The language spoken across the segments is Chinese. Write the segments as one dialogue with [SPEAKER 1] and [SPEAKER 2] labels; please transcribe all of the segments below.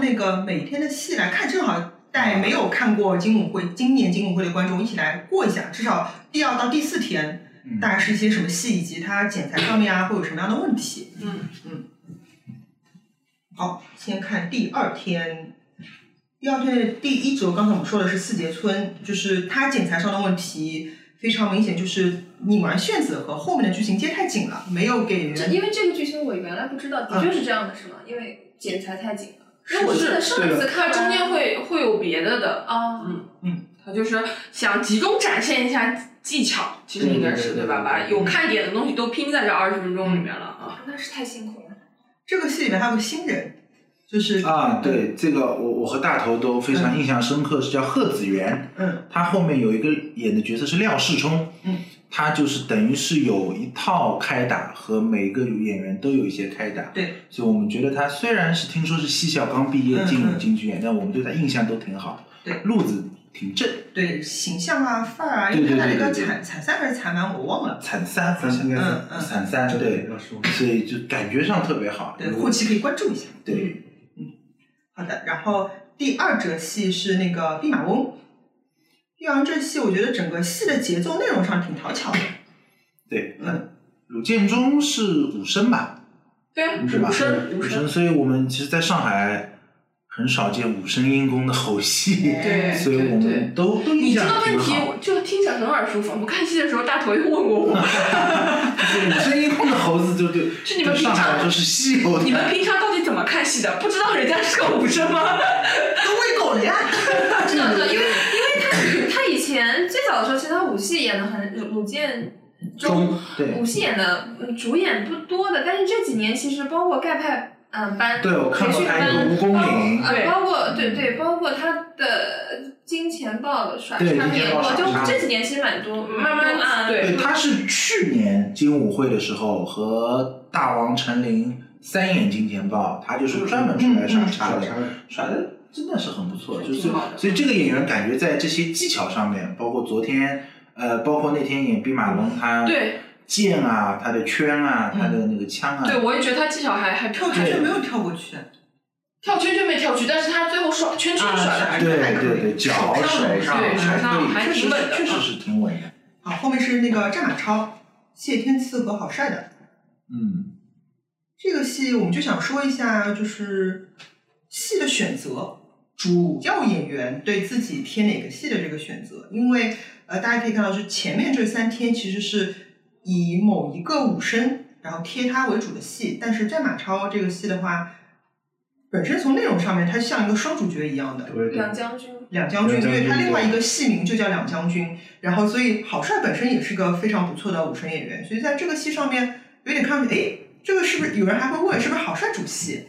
[SPEAKER 1] 这个每天的戏来看，正好带没有看过金舞会今年金舞会的观众一起来过一下，至少第二到第四天
[SPEAKER 2] 嗯
[SPEAKER 1] 大概是一些什么戏，以及它剪裁上面啊会有什么样的问题。
[SPEAKER 3] 嗯
[SPEAKER 1] 嗯。好，先看第二天。第二天的第一折，刚才我们说的是四节村，就是它剪裁上的问题非常明显，就是拧完旋子和后面的剧情接太紧了，没有给
[SPEAKER 3] 这
[SPEAKER 1] 人
[SPEAKER 3] 因为这个剧情我原来不知道，
[SPEAKER 2] 啊
[SPEAKER 3] 的确是这样的，是吗？因为剪裁太紧了。
[SPEAKER 1] 是
[SPEAKER 3] 因为我记得上
[SPEAKER 4] 对
[SPEAKER 3] 次
[SPEAKER 4] 的，它
[SPEAKER 3] 看
[SPEAKER 4] 中间会会有别的的，
[SPEAKER 3] 啊，
[SPEAKER 4] 嗯他就是想集中展现一下技巧，其实应该
[SPEAKER 2] 对
[SPEAKER 4] 是
[SPEAKER 2] 对对对
[SPEAKER 4] 对吧？把
[SPEAKER 2] 对对
[SPEAKER 4] 有看点的东西都拼在这二十分钟里面了啊。
[SPEAKER 3] 哦那是太辛苦了。
[SPEAKER 1] 这个戏里面还有个新人，就是
[SPEAKER 2] 啊，对这个我我和大头都非常印象深刻，是叫贺子源，
[SPEAKER 1] 嗯
[SPEAKER 2] 他后面有一个演的角色是廖世充，
[SPEAKER 1] 嗯，
[SPEAKER 2] 他就是等于是有一套开打和每个演员都有一些开打，
[SPEAKER 1] 对，
[SPEAKER 2] 所以我们觉得他虽然是听说是西校刚毕业
[SPEAKER 1] 嗯
[SPEAKER 2] 进
[SPEAKER 1] 嗯
[SPEAKER 2] 京剧院，但我们对他印象都挺好，
[SPEAKER 1] 对
[SPEAKER 2] 路子挺正，
[SPEAKER 1] 对形象啊范儿啊，因
[SPEAKER 2] 对
[SPEAKER 1] 为
[SPEAKER 2] 对
[SPEAKER 1] 他那
[SPEAKER 2] 对
[SPEAKER 1] 个
[SPEAKER 2] 对对
[SPEAKER 1] 惨惨三还是惨满我忘了，
[SPEAKER 2] 惨三，
[SPEAKER 5] 三应该
[SPEAKER 1] 嗯嗯
[SPEAKER 5] 是
[SPEAKER 2] 惨三，对，
[SPEAKER 5] 要说
[SPEAKER 2] 所以就感觉上特别好，
[SPEAKER 1] 对后期可以关注一下。
[SPEAKER 2] 嗯
[SPEAKER 1] 嗯
[SPEAKER 2] 对，
[SPEAKER 1] 好的，然后第二折戏是那个弼马温。碧昂这戏，我觉得整个戏的节奏内容上挺讨巧的，
[SPEAKER 2] 对，
[SPEAKER 1] 嗯
[SPEAKER 2] 鲁建中是武生吧？
[SPEAKER 4] 对啊，
[SPEAKER 2] 是吧？
[SPEAKER 4] 武生，
[SPEAKER 2] 武
[SPEAKER 4] 武生
[SPEAKER 2] 生，，所以我们其实在上海很少见武生音公的吼戏，
[SPEAKER 4] 对
[SPEAKER 2] 所以我
[SPEAKER 4] 对对
[SPEAKER 2] 们都都印
[SPEAKER 4] 你这
[SPEAKER 2] 象
[SPEAKER 4] 个问
[SPEAKER 2] 挺
[SPEAKER 4] 题
[SPEAKER 2] 好。
[SPEAKER 4] 我就听起来很耳熟，仿佛看戏的时候大头又问过我。
[SPEAKER 2] 就是武生音公的猴子就对，
[SPEAKER 4] 是你们
[SPEAKER 2] 对上
[SPEAKER 4] 平常
[SPEAKER 2] 海就是稀有的
[SPEAKER 4] 你。们平常到底怎么看戏的？不知道人家是个武生吗？
[SPEAKER 1] 都喂狗啊了呀。
[SPEAKER 3] 知道知道，因为因为他他以前最早的时候，其实他武戏演的很鲁剑中，
[SPEAKER 2] 对
[SPEAKER 3] 武戏演的嗯主演不多的，但是这几年其实包括盖派嗯、班
[SPEAKER 2] 对，我看
[SPEAKER 3] 培
[SPEAKER 2] 过
[SPEAKER 3] 训
[SPEAKER 2] 他一个
[SPEAKER 3] 班
[SPEAKER 2] 吴公岭，
[SPEAKER 3] 呃，
[SPEAKER 4] 对
[SPEAKER 3] 包
[SPEAKER 2] 嗯
[SPEAKER 3] 括对对，包括他的金钱豹耍
[SPEAKER 2] 对
[SPEAKER 3] 他们
[SPEAKER 2] 金
[SPEAKER 3] 演
[SPEAKER 2] 钱豹
[SPEAKER 3] 过，就
[SPEAKER 2] 耍杀
[SPEAKER 3] 这几年其实蛮多，
[SPEAKER 4] 嗯慢慢
[SPEAKER 3] 多啊，
[SPEAKER 4] 对
[SPEAKER 2] 对，他是去年金舞会的时候和大王陈琳三眼金钱豹，他就是专门出来耍
[SPEAKER 5] 啥
[SPEAKER 2] 叉的，
[SPEAKER 5] 的，
[SPEAKER 2] 耍的真的是很不错，就是
[SPEAKER 4] 挺好的
[SPEAKER 2] 所以这个演员感觉在这些技巧上面，包括昨天，呃，包括那天演弼马龙他
[SPEAKER 4] 对
[SPEAKER 2] 剑啊，他的圈啊，
[SPEAKER 1] 嗯
[SPEAKER 2] 他的那个枪啊，
[SPEAKER 4] 对，我也觉得他技巧还还
[SPEAKER 1] 跳
[SPEAKER 4] 跳
[SPEAKER 1] 圈圈没有跳过去，
[SPEAKER 4] 跳圈圈没跳去，但是他最后耍圈圈
[SPEAKER 1] 啊
[SPEAKER 4] 耍的
[SPEAKER 1] 是
[SPEAKER 4] 还
[SPEAKER 2] 对
[SPEAKER 1] 还可以
[SPEAKER 2] 对对，脚
[SPEAKER 1] 手上
[SPEAKER 2] 手上
[SPEAKER 4] 对手上
[SPEAKER 2] 还
[SPEAKER 4] 还
[SPEAKER 2] 可以，确实
[SPEAKER 4] 挺稳的
[SPEAKER 2] 确实是挺稳的，
[SPEAKER 1] 啊，后面是那个战马超、谢天赐和郝帅的
[SPEAKER 2] 嗯，
[SPEAKER 1] 这个戏，我们就想说一下，就是戏的选择，主要演员对自己偏哪个戏的这个选择，因为呃，大家可以看到，是前面这三天其实是以某一个武生，然后贴他为主的戏，但是战马超这个戏的话，本身从内容上面，它像一个双主角一样的，
[SPEAKER 5] 对对
[SPEAKER 3] 两将军
[SPEAKER 1] 两将军，
[SPEAKER 5] 两
[SPEAKER 1] 因
[SPEAKER 5] 将
[SPEAKER 1] 为
[SPEAKER 5] 军
[SPEAKER 1] 他另外一个戏名就叫两将军，然后所以郝帅本身也是个非常不错的武生演员，所以在这个戏上面有点看上去，哎，这个是不是有人还会问是不是郝帅主戏？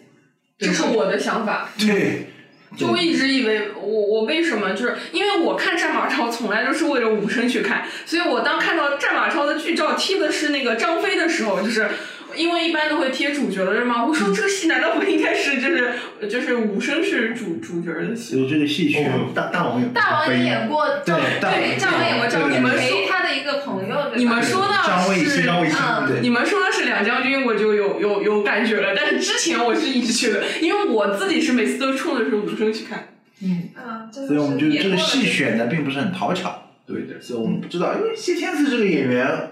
[SPEAKER 4] 这是我的想法。
[SPEAKER 2] 对，
[SPEAKER 4] 就我一直以为我我为什么就是因为我看战马超从来都是为了武生去看，所以我当看到战马超的剧照贴的是那个张飞的时候，就是因为一般都会贴主角的嘛，我说这个戏难道不应该是就是就是武生是主主角的戏？
[SPEAKER 2] 所以这个戏曲，
[SPEAKER 5] 哦大大王也
[SPEAKER 3] 大王也演过张，
[SPEAKER 2] 对大王
[SPEAKER 3] 对，张伟演过张
[SPEAKER 2] 对
[SPEAKER 3] 伟，
[SPEAKER 2] 你们
[SPEAKER 3] 陪他的一个朋友，对吧
[SPEAKER 4] 你们说
[SPEAKER 2] 张
[SPEAKER 4] 到
[SPEAKER 2] 卫
[SPEAKER 4] 是
[SPEAKER 2] 西
[SPEAKER 5] 张卫西
[SPEAKER 3] 嗯
[SPEAKER 2] 对
[SPEAKER 4] 你们说的是两将军，我就有有有感觉了。但是之前我是一直去的，因为我自己是每次都冲着是武生去看。
[SPEAKER 1] 嗯，
[SPEAKER 3] 嗯，真的
[SPEAKER 2] 所以我们就是
[SPEAKER 3] 演
[SPEAKER 2] 这个
[SPEAKER 3] 过了
[SPEAKER 2] 戏选的并不是很讨巧，嗯
[SPEAKER 5] 对对，
[SPEAKER 2] 所以我们不知道，因为谢天赐这个演员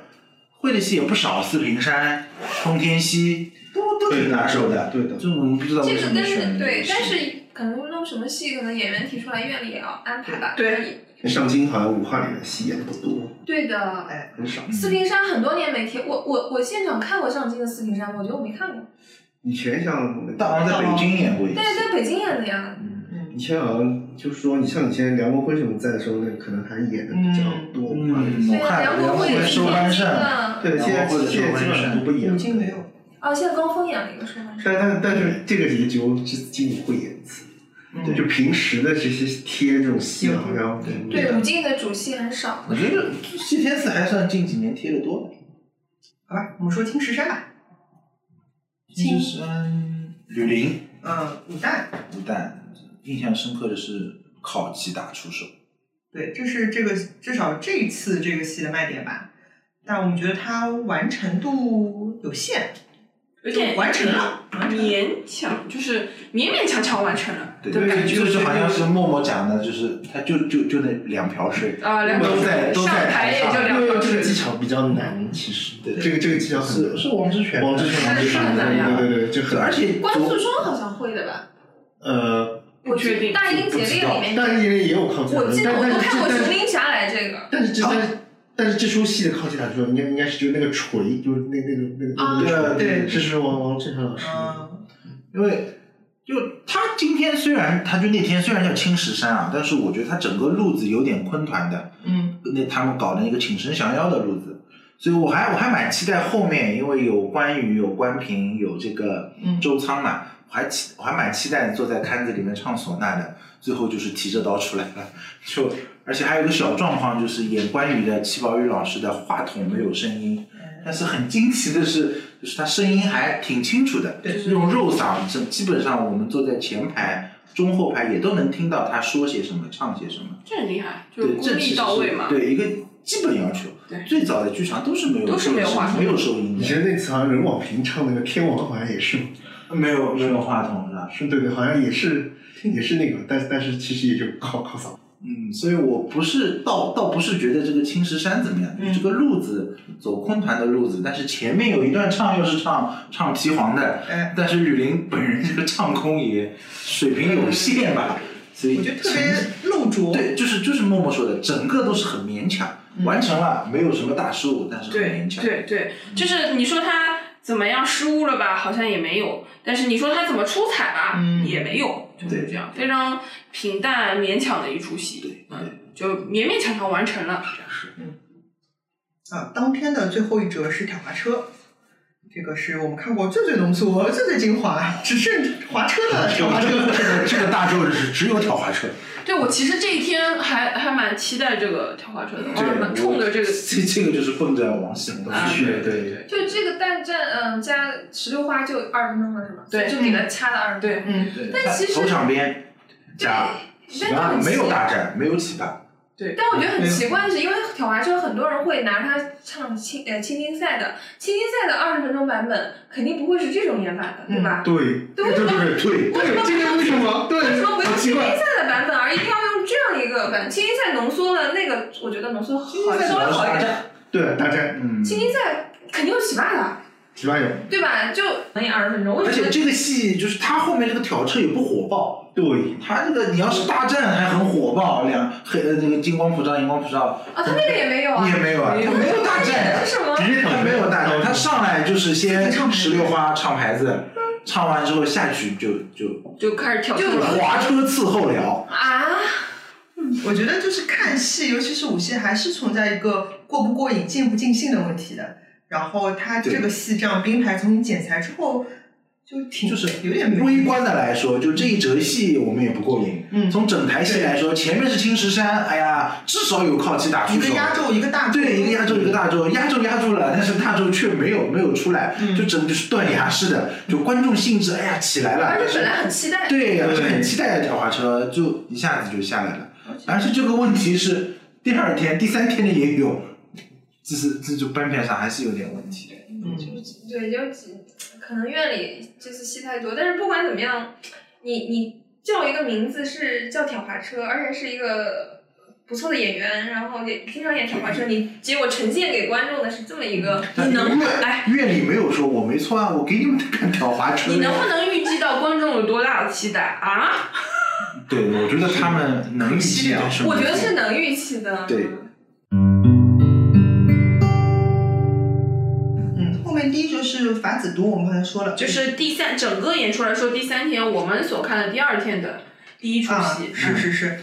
[SPEAKER 2] 会的戏也不少，四平山、通天溪都都挺拿手的，
[SPEAKER 5] 对的对的
[SPEAKER 2] 就我们不知道
[SPEAKER 3] 这
[SPEAKER 2] 为
[SPEAKER 3] 个
[SPEAKER 2] 什么
[SPEAKER 3] 但
[SPEAKER 2] 选
[SPEAKER 3] 是
[SPEAKER 2] 这
[SPEAKER 3] 对
[SPEAKER 2] 个，戏
[SPEAKER 3] 但是可能弄什么戏，可能演员提出来，院里也要安排吧。
[SPEAKER 4] 对
[SPEAKER 3] 可以，
[SPEAKER 5] 上京好像武汉里的戏演的不多，
[SPEAKER 3] 对的。
[SPEAKER 1] 哎，
[SPEAKER 5] 很少。
[SPEAKER 3] 四平山很多年没贴，我我我现场看过上京的四平山，我觉得我没看过。
[SPEAKER 5] 以前像
[SPEAKER 2] 大王在北京演过一次嗯
[SPEAKER 3] 但，是在北京演的呀，
[SPEAKER 5] 以前好像就是说，你像以前梁国辉什么在的时候，那可能还演的比较多。武汉
[SPEAKER 2] 嗯，
[SPEAKER 5] 的
[SPEAKER 3] 对啊
[SPEAKER 2] 我
[SPEAKER 3] 呀，
[SPEAKER 2] 看
[SPEAKER 3] 梁国辉也是
[SPEAKER 2] 收
[SPEAKER 3] 天
[SPEAKER 2] 班
[SPEAKER 3] 津
[SPEAKER 2] 胜，
[SPEAKER 3] 的。
[SPEAKER 5] 对，现在现在基本上都不演
[SPEAKER 1] 吴
[SPEAKER 5] 了。
[SPEAKER 1] 京没有，
[SPEAKER 3] 哦，现在高峰演了一个说吗？
[SPEAKER 5] 但但但是这个结局我只进会演一次，
[SPEAKER 1] 嗯
[SPEAKER 5] 就平时的这些贴这种戏啊，
[SPEAKER 1] 嗯
[SPEAKER 5] 然后
[SPEAKER 3] 对，武进的主戏很少。
[SPEAKER 2] 我觉得谢天赐还算近几年贴的多的。
[SPEAKER 1] 好吧，呃我们说青石山吧，
[SPEAKER 2] 金山、吕林、
[SPEAKER 1] 嗯，武旦，
[SPEAKER 2] 吴旦，印象深刻的是考级打出手。
[SPEAKER 1] 对，这是这个至少这一次这个戏的卖点吧，但我们觉得它完成度有限，
[SPEAKER 4] 有
[SPEAKER 1] 就
[SPEAKER 4] 点
[SPEAKER 1] 完成了，
[SPEAKER 4] 勉强就是勉勉强强完成了
[SPEAKER 2] 对，
[SPEAKER 4] 的
[SPEAKER 2] 对
[SPEAKER 4] 感觉，
[SPEAKER 2] 就是好像是默默讲的，就是他就就就那两瓢水，
[SPEAKER 4] 啊，两
[SPEAKER 2] 都在都
[SPEAKER 4] 上
[SPEAKER 2] 在
[SPEAKER 4] 台
[SPEAKER 2] 台
[SPEAKER 4] 也就
[SPEAKER 2] 上
[SPEAKER 4] 两
[SPEAKER 5] 因为
[SPEAKER 4] 条
[SPEAKER 5] 这个
[SPEAKER 4] 腿，
[SPEAKER 5] 技巧比较难，其实
[SPEAKER 2] 对
[SPEAKER 5] 这个这个技巧很难
[SPEAKER 2] 是是王志全，
[SPEAKER 5] 王志全，王志全，
[SPEAKER 4] 是的呀
[SPEAKER 5] 对对对，就
[SPEAKER 2] 对，
[SPEAKER 5] 很
[SPEAKER 2] 啊而且
[SPEAKER 3] 关
[SPEAKER 2] 昨
[SPEAKER 3] 素霜好像会的吧？
[SPEAKER 5] 呃，
[SPEAKER 4] 不确定。
[SPEAKER 3] 大英
[SPEAKER 5] 不
[SPEAKER 3] 姐
[SPEAKER 5] 知
[SPEAKER 3] 列里
[SPEAKER 5] 道，
[SPEAKER 3] 面，
[SPEAKER 5] 但是因为也有靠近
[SPEAKER 3] 我
[SPEAKER 5] 打
[SPEAKER 3] 记
[SPEAKER 5] 球，
[SPEAKER 3] 得我
[SPEAKER 5] 但
[SPEAKER 3] 都
[SPEAKER 5] 但
[SPEAKER 3] 看过《
[SPEAKER 5] 是
[SPEAKER 3] 琼林侠来》这个，
[SPEAKER 5] 但是这但是但是这出戏的靠近打球应该应该是就是那个锤，就是那那个那个那
[SPEAKER 2] 啊
[SPEAKER 5] 个
[SPEAKER 1] 对
[SPEAKER 5] 锤，是是王王振强老师
[SPEAKER 1] 嗯，
[SPEAKER 2] 因为就他今天虽然他就那天虽然叫青石山啊，但是我觉得他整个路子有点昆团的，
[SPEAKER 1] 嗯，
[SPEAKER 2] 那他们搞的那个请神降妖的路子，所以我还我还蛮期待后面，因为有关羽、有关平、有这个
[SPEAKER 1] 嗯
[SPEAKER 2] 周仓嘛，我还期我还蛮期待坐在龛子里面唱唢呐的，最后就是提着刀出来了， 就而且还有一个小状况，就是演关羽的戚宝玉老师的话筒没有声音，
[SPEAKER 1] 嗯
[SPEAKER 2] 但是很惊奇的是，就是他声音还挺清楚的，
[SPEAKER 1] 对
[SPEAKER 2] 那种肉嗓，基基本上我们坐在前排、中后排也都能听到他说些什么、唱些什么。
[SPEAKER 4] 这很厉害，就是
[SPEAKER 2] 对，这
[SPEAKER 4] 功
[SPEAKER 2] 其
[SPEAKER 4] 力
[SPEAKER 2] 实
[SPEAKER 4] 到位
[SPEAKER 2] 是
[SPEAKER 4] 嘛。
[SPEAKER 2] 对一个基本要求
[SPEAKER 4] 对。
[SPEAKER 2] 最早的剧场都是没有
[SPEAKER 4] 都是没有
[SPEAKER 2] 收音
[SPEAKER 4] 话筒
[SPEAKER 2] 没有收音
[SPEAKER 5] 以
[SPEAKER 2] 的，
[SPEAKER 5] 前那次好像任广平唱那个《天王环》也是，
[SPEAKER 2] 没有没有话筒是吧？
[SPEAKER 5] 是对对，好像也是也是那个，但但是其实也就靠靠 嗓。
[SPEAKER 2] 嗯，所以我不是倒倒不是觉得这个青石山怎么样，
[SPEAKER 4] 嗯
[SPEAKER 2] 就是这个路子走昆团的路子，但是前面有一段唱又是唱唱皮黄
[SPEAKER 5] 嗯
[SPEAKER 2] 的，
[SPEAKER 1] 哎，
[SPEAKER 2] 但是吕林本人这个唱功也水平有限吧，所以
[SPEAKER 1] 我觉得特
[SPEAKER 2] 前面
[SPEAKER 1] 别露拙，
[SPEAKER 2] 对，就是就是默默说的，整个都是很勉强，完成了没有什么大失误，但是很
[SPEAKER 4] 嗯对
[SPEAKER 2] 勉强。
[SPEAKER 4] 对对，就是你说他怎么样失误了吧，好像也没有；但是你说他怎么出彩吧，
[SPEAKER 1] 嗯
[SPEAKER 4] 也没有，就是
[SPEAKER 2] 对
[SPEAKER 4] 这样，非常平淡勉强的一出戏，嗯，就勉勉强强完成了。
[SPEAKER 1] 啊，当天的最后一折是挑滑车，这个是我们看过最最浓缩、最最精华，只剩滑车
[SPEAKER 2] 啊
[SPEAKER 1] 的挑滑车。
[SPEAKER 2] 这个大周日是只有挑滑车，
[SPEAKER 4] 对我其实这一天还还蛮期待这个跳滑车的，我还蛮啊冲着这个
[SPEAKER 2] 这这个就是奔着王喜龙去的，
[SPEAKER 5] 对
[SPEAKER 2] 啊对。
[SPEAKER 3] 就这个蛋蘸嗯加石榴花就二十分钟了是吗？
[SPEAKER 4] 对
[SPEAKER 3] 就给它掐到二十分钟。
[SPEAKER 1] 嗯，
[SPEAKER 2] 对
[SPEAKER 3] 但其实
[SPEAKER 2] 头场边加
[SPEAKER 3] 但
[SPEAKER 2] 起
[SPEAKER 3] 就
[SPEAKER 2] 吧，
[SPEAKER 3] 很奇
[SPEAKER 2] 没有大战，没有起吧，
[SPEAKER 3] 但我觉得很奇怪的是，因为挑滑车很多人会拿它唱青呃青金赛的，青金赛的二十分钟版本肯定不会是这种演法的，对吧？
[SPEAKER 5] 对，
[SPEAKER 3] 对
[SPEAKER 5] 对对对
[SPEAKER 3] 为什么
[SPEAKER 5] 对，这个为什么？对，
[SPEAKER 3] 为什么不用
[SPEAKER 5] 好奇
[SPEAKER 3] 青金
[SPEAKER 5] 怪。
[SPEAKER 3] 赛的版本，而一定要用这样一个版？青金赛浓缩了那个，我觉得浓缩好稍微好一点。
[SPEAKER 2] 战，
[SPEAKER 5] 对，大战
[SPEAKER 2] 嗯。
[SPEAKER 3] 青金赛肯定有洗发的，
[SPEAKER 5] 几万有，
[SPEAKER 3] 对吧？就乘以二十分钟，我
[SPEAKER 2] 而
[SPEAKER 3] 觉
[SPEAKER 2] 且
[SPEAKER 3] 得
[SPEAKER 2] 这个戏就是他后面这个挑车也不火爆，
[SPEAKER 5] 对，
[SPEAKER 2] 他这个你要是大战还很火爆，两黑呃那个金光普照、银光普照
[SPEAKER 3] 啊，他那个也没有啊。
[SPEAKER 2] 也没有啊，他没有大战啊
[SPEAKER 3] 这，是什么？
[SPEAKER 5] 直接
[SPEAKER 2] 他
[SPEAKER 5] 躺
[SPEAKER 2] 没有大战，他上来就是先
[SPEAKER 1] 唱牌
[SPEAKER 2] 石榴花唱牌子，唱完之后下去就就
[SPEAKER 4] 就开始跳车
[SPEAKER 3] 就
[SPEAKER 4] 了。
[SPEAKER 2] 滑车伺候聊，
[SPEAKER 3] 啊，
[SPEAKER 1] 我觉得就是看戏，尤其是武戏，还是存在一个过不过瘾、尽不尽兴的问题的。然后他这个戏这样编排，从你剪裁之后，就挺
[SPEAKER 2] 就是
[SPEAKER 1] 有点
[SPEAKER 2] 微观的来说，就这一折戏我们也不过瘾。
[SPEAKER 1] 嗯
[SPEAKER 2] 从整台戏来说，前面是青石山，哎呀，至少有靠七打
[SPEAKER 1] 一
[SPEAKER 2] 出
[SPEAKER 1] 个
[SPEAKER 2] 手。
[SPEAKER 1] 压轴，一个大嗯轴，
[SPEAKER 2] 对，一个压轴，一个大轴，压轴压住了，但是大轴却没有没有出来，就整个就是断崖式的，就观众兴致哎呀起来 了，
[SPEAKER 3] 而
[SPEAKER 2] 但
[SPEAKER 3] 且本
[SPEAKER 2] 是
[SPEAKER 3] 来很期待。
[SPEAKER 2] 对，而且很期待的跳滑车就一下子就下来了，而且这个问题是第二天、第三天的也有，这是这就班片上还是有点问题的。
[SPEAKER 3] 对，就几可能院里这次戏太多，但是不管怎么样，你你叫一个名字是叫挑滑车，而且是一个不错的演员，然后也经常演挑滑车，你结果呈现给观众的是这么一个，
[SPEAKER 2] 但
[SPEAKER 4] 你能
[SPEAKER 2] 院
[SPEAKER 4] 哎
[SPEAKER 2] 院里没有说我没错啊，我给你们看跳滑车呀。
[SPEAKER 4] 你能不能预计到观众有多大的期待啊？
[SPEAKER 2] 对，我觉得他们能预期到什么？
[SPEAKER 3] 我觉得是能预期的。
[SPEAKER 2] 对
[SPEAKER 1] 嗯，后面第一折是法子都，我们刚才说了，
[SPEAKER 4] 就是第三整个演出来说，第三天我们所看的第二天的第一出
[SPEAKER 1] 啊
[SPEAKER 4] 戏，，
[SPEAKER 1] 是是是。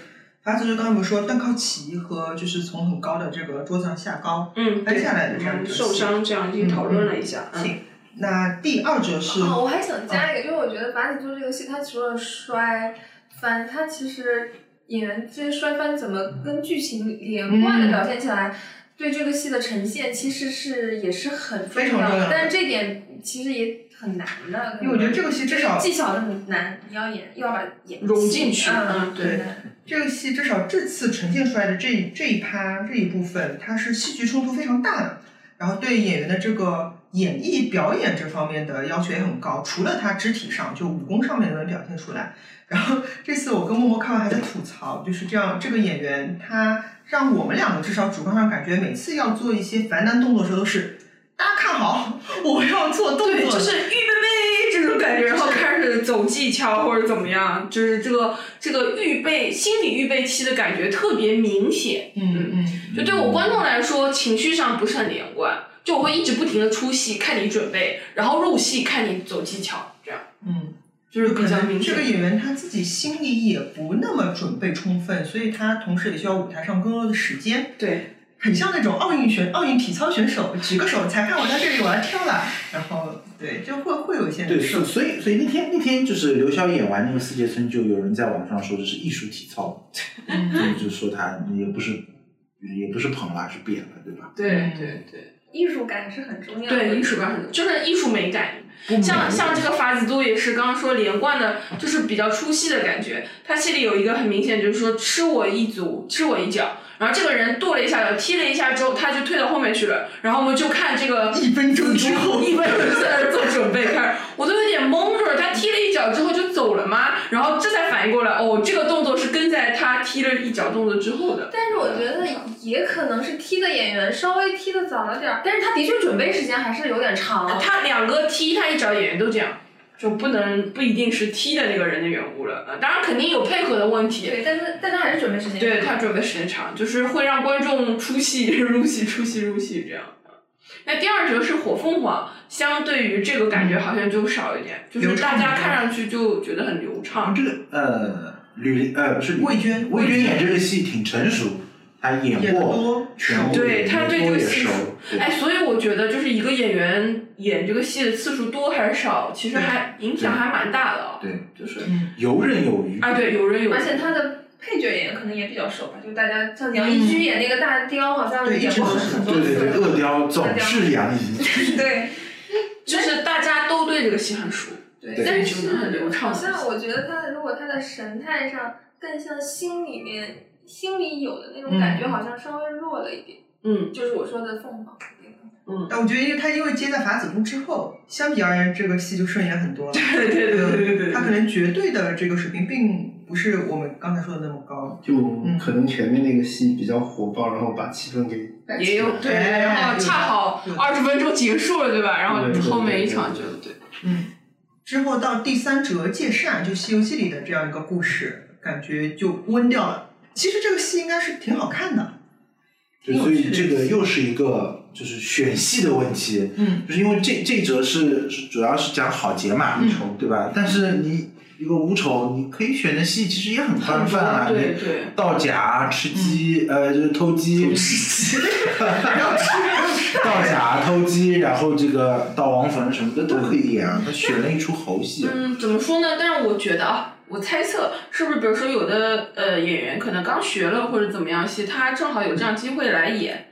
[SPEAKER 1] 法子都刚才我们说，段靠奇和就是从很高的这个桌子上下高，
[SPEAKER 4] 嗯，
[SPEAKER 1] 搬
[SPEAKER 4] 对
[SPEAKER 1] 下来的这样一
[SPEAKER 4] 嗯
[SPEAKER 1] 个
[SPEAKER 4] 受
[SPEAKER 1] 戏
[SPEAKER 4] 伤这样已经讨论了一下，嗯，
[SPEAKER 1] 行，那第二折是
[SPEAKER 3] 哦，我还想加一个，因为我觉得法子都这个戏，它除了摔翻，它其实演员这些摔翻怎么跟剧情连贯的表现起来，对这个戏的呈现其实是也是很
[SPEAKER 1] 非常
[SPEAKER 3] 重要
[SPEAKER 1] 重要的，
[SPEAKER 3] 的但是这点其实也很难的，
[SPEAKER 1] 因为我觉得这个戏至少
[SPEAKER 3] 技巧很难，你要演又要把演
[SPEAKER 4] 融进去
[SPEAKER 3] 嗯，
[SPEAKER 4] 嗯对
[SPEAKER 3] 很难
[SPEAKER 1] 这个戏至少这次呈现出来的这这一趴这一部分，它是戏剧冲突非常大的，然后对演员的这个演绎表演这方面的要求也很高，除了他肢体上，就武功上面能表现出来。然后这次我跟默默看完还在吐槽，就是这样，这个演员他让我们两个至少主观上感觉，每次要做一些繁难动作的时候都是，大家看好，我要做动
[SPEAKER 4] 对，
[SPEAKER 1] 作，
[SPEAKER 4] 就是预备备这种感觉，然后开始走技巧或者怎么样，就是这个这个预备心理预备期的感觉特别明显。
[SPEAKER 1] 嗯嗯
[SPEAKER 4] 就对我观众来说，情绪上不是很连贯，就我会一直不停的出戏看你准备，然后入戏看你走技巧，这样
[SPEAKER 1] 嗯，
[SPEAKER 4] 就是
[SPEAKER 1] 可
[SPEAKER 4] 比较
[SPEAKER 1] 能
[SPEAKER 4] 明
[SPEAKER 1] 这
[SPEAKER 4] 显
[SPEAKER 1] 个。演员他自己心里也不那么准备充分，所以他同时也需要舞台上更多的时间。
[SPEAKER 4] 对，
[SPEAKER 1] 很像那种奥运选奥运体操选手，举个手，裁判我在这里，我来跳了，然后对，就会会有一些
[SPEAKER 2] 对，
[SPEAKER 1] 人受
[SPEAKER 2] 所以所以所以那天那天就是刘潇演完那个四节村，就有人在网上说这是艺术体操，
[SPEAKER 1] 嗯
[SPEAKER 2] 就就说他也不是也不是捧了，是贬了，对吧？
[SPEAKER 4] 对
[SPEAKER 1] 嗯
[SPEAKER 4] 对对
[SPEAKER 3] 艺术感是很重要的。
[SPEAKER 4] 对，艺术感很就是艺术美感，
[SPEAKER 1] 嗯
[SPEAKER 4] 像像这个法子都也是刚刚说连贯的，就是比较出戏的感觉。他戏里有一个很明显，就是说吃我一足，吃我一脚。然后这个人跺了一下脚，踢了一下之后，他就退到后面去了。然后我们就看这个
[SPEAKER 1] 一分钟之后，
[SPEAKER 4] 一般人在那儿做准备开始，我都有点懵，就是他踢了一脚之后就走了吗？然后这才反应过来，哦，这个动作是跟在他踢了一脚动作之后的。
[SPEAKER 3] 但是我觉得也可能是踢的演员稍微踢的早了点儿，但是他的确准备时间还是有点长。
[SPEAKER 4] 啊他两个踢他一脚演员都这样，就不能不一定是踢的那个人的缘故了。呃当然肯定有配合的问题，
[SPEAKER 3] 对，但是但他还是准备时间。
[SPEAKER 4] 对他准备时间长，就是会让观众出戏、入戏、出戏、入戏这样。那第二折是火凤凰，相对于这个感觉好像就少一点，就
[SPEAKER 1] 流
[SPEAKER 4] 是
[SPEAKER 1] 畅
[SPEAKER 4] 大家
[SPEAKER 1] 一点
[SPEAKER 4] 看上去就觉得很流畅。
[SPEAKER 2] 这个呃吕呃不是吕
[SPEAKER 1] 魏娟
[SPEAKER 2] 魏娟演这个戏挺成熟，她演
[SPEAKER 1] 演得
[SPEAKER 2] 过
[SPEAKER 1] 多
[SPEAKER 2] 全
[SPEAKER 1] 熟
[SPEAKER 2] 部
[SPEAKER 4] 对她对这个
[SPEAKER 2] 也
[SPEAKER 4] 戏
[SPEAKER 2] 熟，对
[SPEAKER 4] 哎，所以我觉得就是一个演员演这个戏的次数多还是少，其实还影响还蛮大的、哦。
[SPEAKER 2] 对，
[SPEAKER 4] 就是
[SPEAKER 1] 嗯，
[SPEAKER 2] 游刃有余。
[SPEAKER 4] 啊，对，有人有人，
[SPEAKER 3] 而且他的配角演员可能也比较熟吧，就大家像杨一居演那个大雕，好像
[SPEAKER 1] 对
[SPEAKER 3] 演过
[SPEAKER 1] 一直都是
[SPEAKER 3] 很多
[SPEAKER 2] 对对对，
[SPEAKER 3] 次。
[SPEAKER 2] 恶 雕总是杨怡。
[SPEAKER 3] 对
[SPEAKER 4] 就是大家都对这个戏很熟。
[SPEAKER 3] 对
[SPEAKER 2] 对
[SPEAKER 3] 但
[SPEAKER 4] 就能很流
[SPEAKER 3] 是
[SPEAKER 4] 畅
[SPEAKER 3] 好像我觉得他如果他的神态上更像心里面心里有的那种感觉，好像稍微弱了一点。
[SPEAKER 4] 嗯
[SPEAKER 3] 就是我说的凤凰那个。
[SPEAKER 4] 嗯，
[SPEAKER 1] 但我觉得因为他因为接在法子都之后，相比而言，这个戏就顺眼很多了。
[SPEAKER 4] 对对对对对对
[SPEAKER 1] 他可能绝对的这个水平并不是我们刚才说的那么高，
[SPEAKER 5] 就可能前面那个戏比较火爆，然后把气氛给带起
[SPEAKER 4] 也
[SPEAKER 5] 来
[SPEAKER 4] 有对，然后恰好
[SPEAKER 1] 对
[SPEAKER 4] 二十分钟结束了，对吧？然
[SPEAKER 5] 对对
[SPEAKER 4] 后
[SPEAKER 5] 对
[SPEAKER 4] 后面一场就
[SPEAKER 5] 对
[SPEAKER 4] 对，
[SPEAKER 1] 嗯。之后到第三折借扇，就《西游记》里的这样一个故事，感觉就温掉了。其实这个戏应该是挺好看的，
[SPEAKER 2] 对，所以这个又是一个就是选戏的问题，
[SPEAKER 1] 嗯，
[SPEAKER 2] 就是因为这这一折是是主要是讲好节嘛，
[SPEAKER 1] 嗯
[SPEAKER 2] 对吧？但是你一个无丑，你可以选的戏其实也很宽泛啊，
[SPEAKER 4] 对
[SPEAKER 2] 你
[SPEAKER 4] 对。
[SPEAKER 2] 盗假、吃鸡，呃，就是偷鸡， 盗假、偷鸡，然后这个盗王坟什么的都可以演啊。他选了一出猴戏，
[SPEAKER 4] 嗯，怎么说呢？但是我觉得啊，我猜测是不是，比如说有的呃演员可能刚学了或者怎么样戏，他正好有这样机会来演。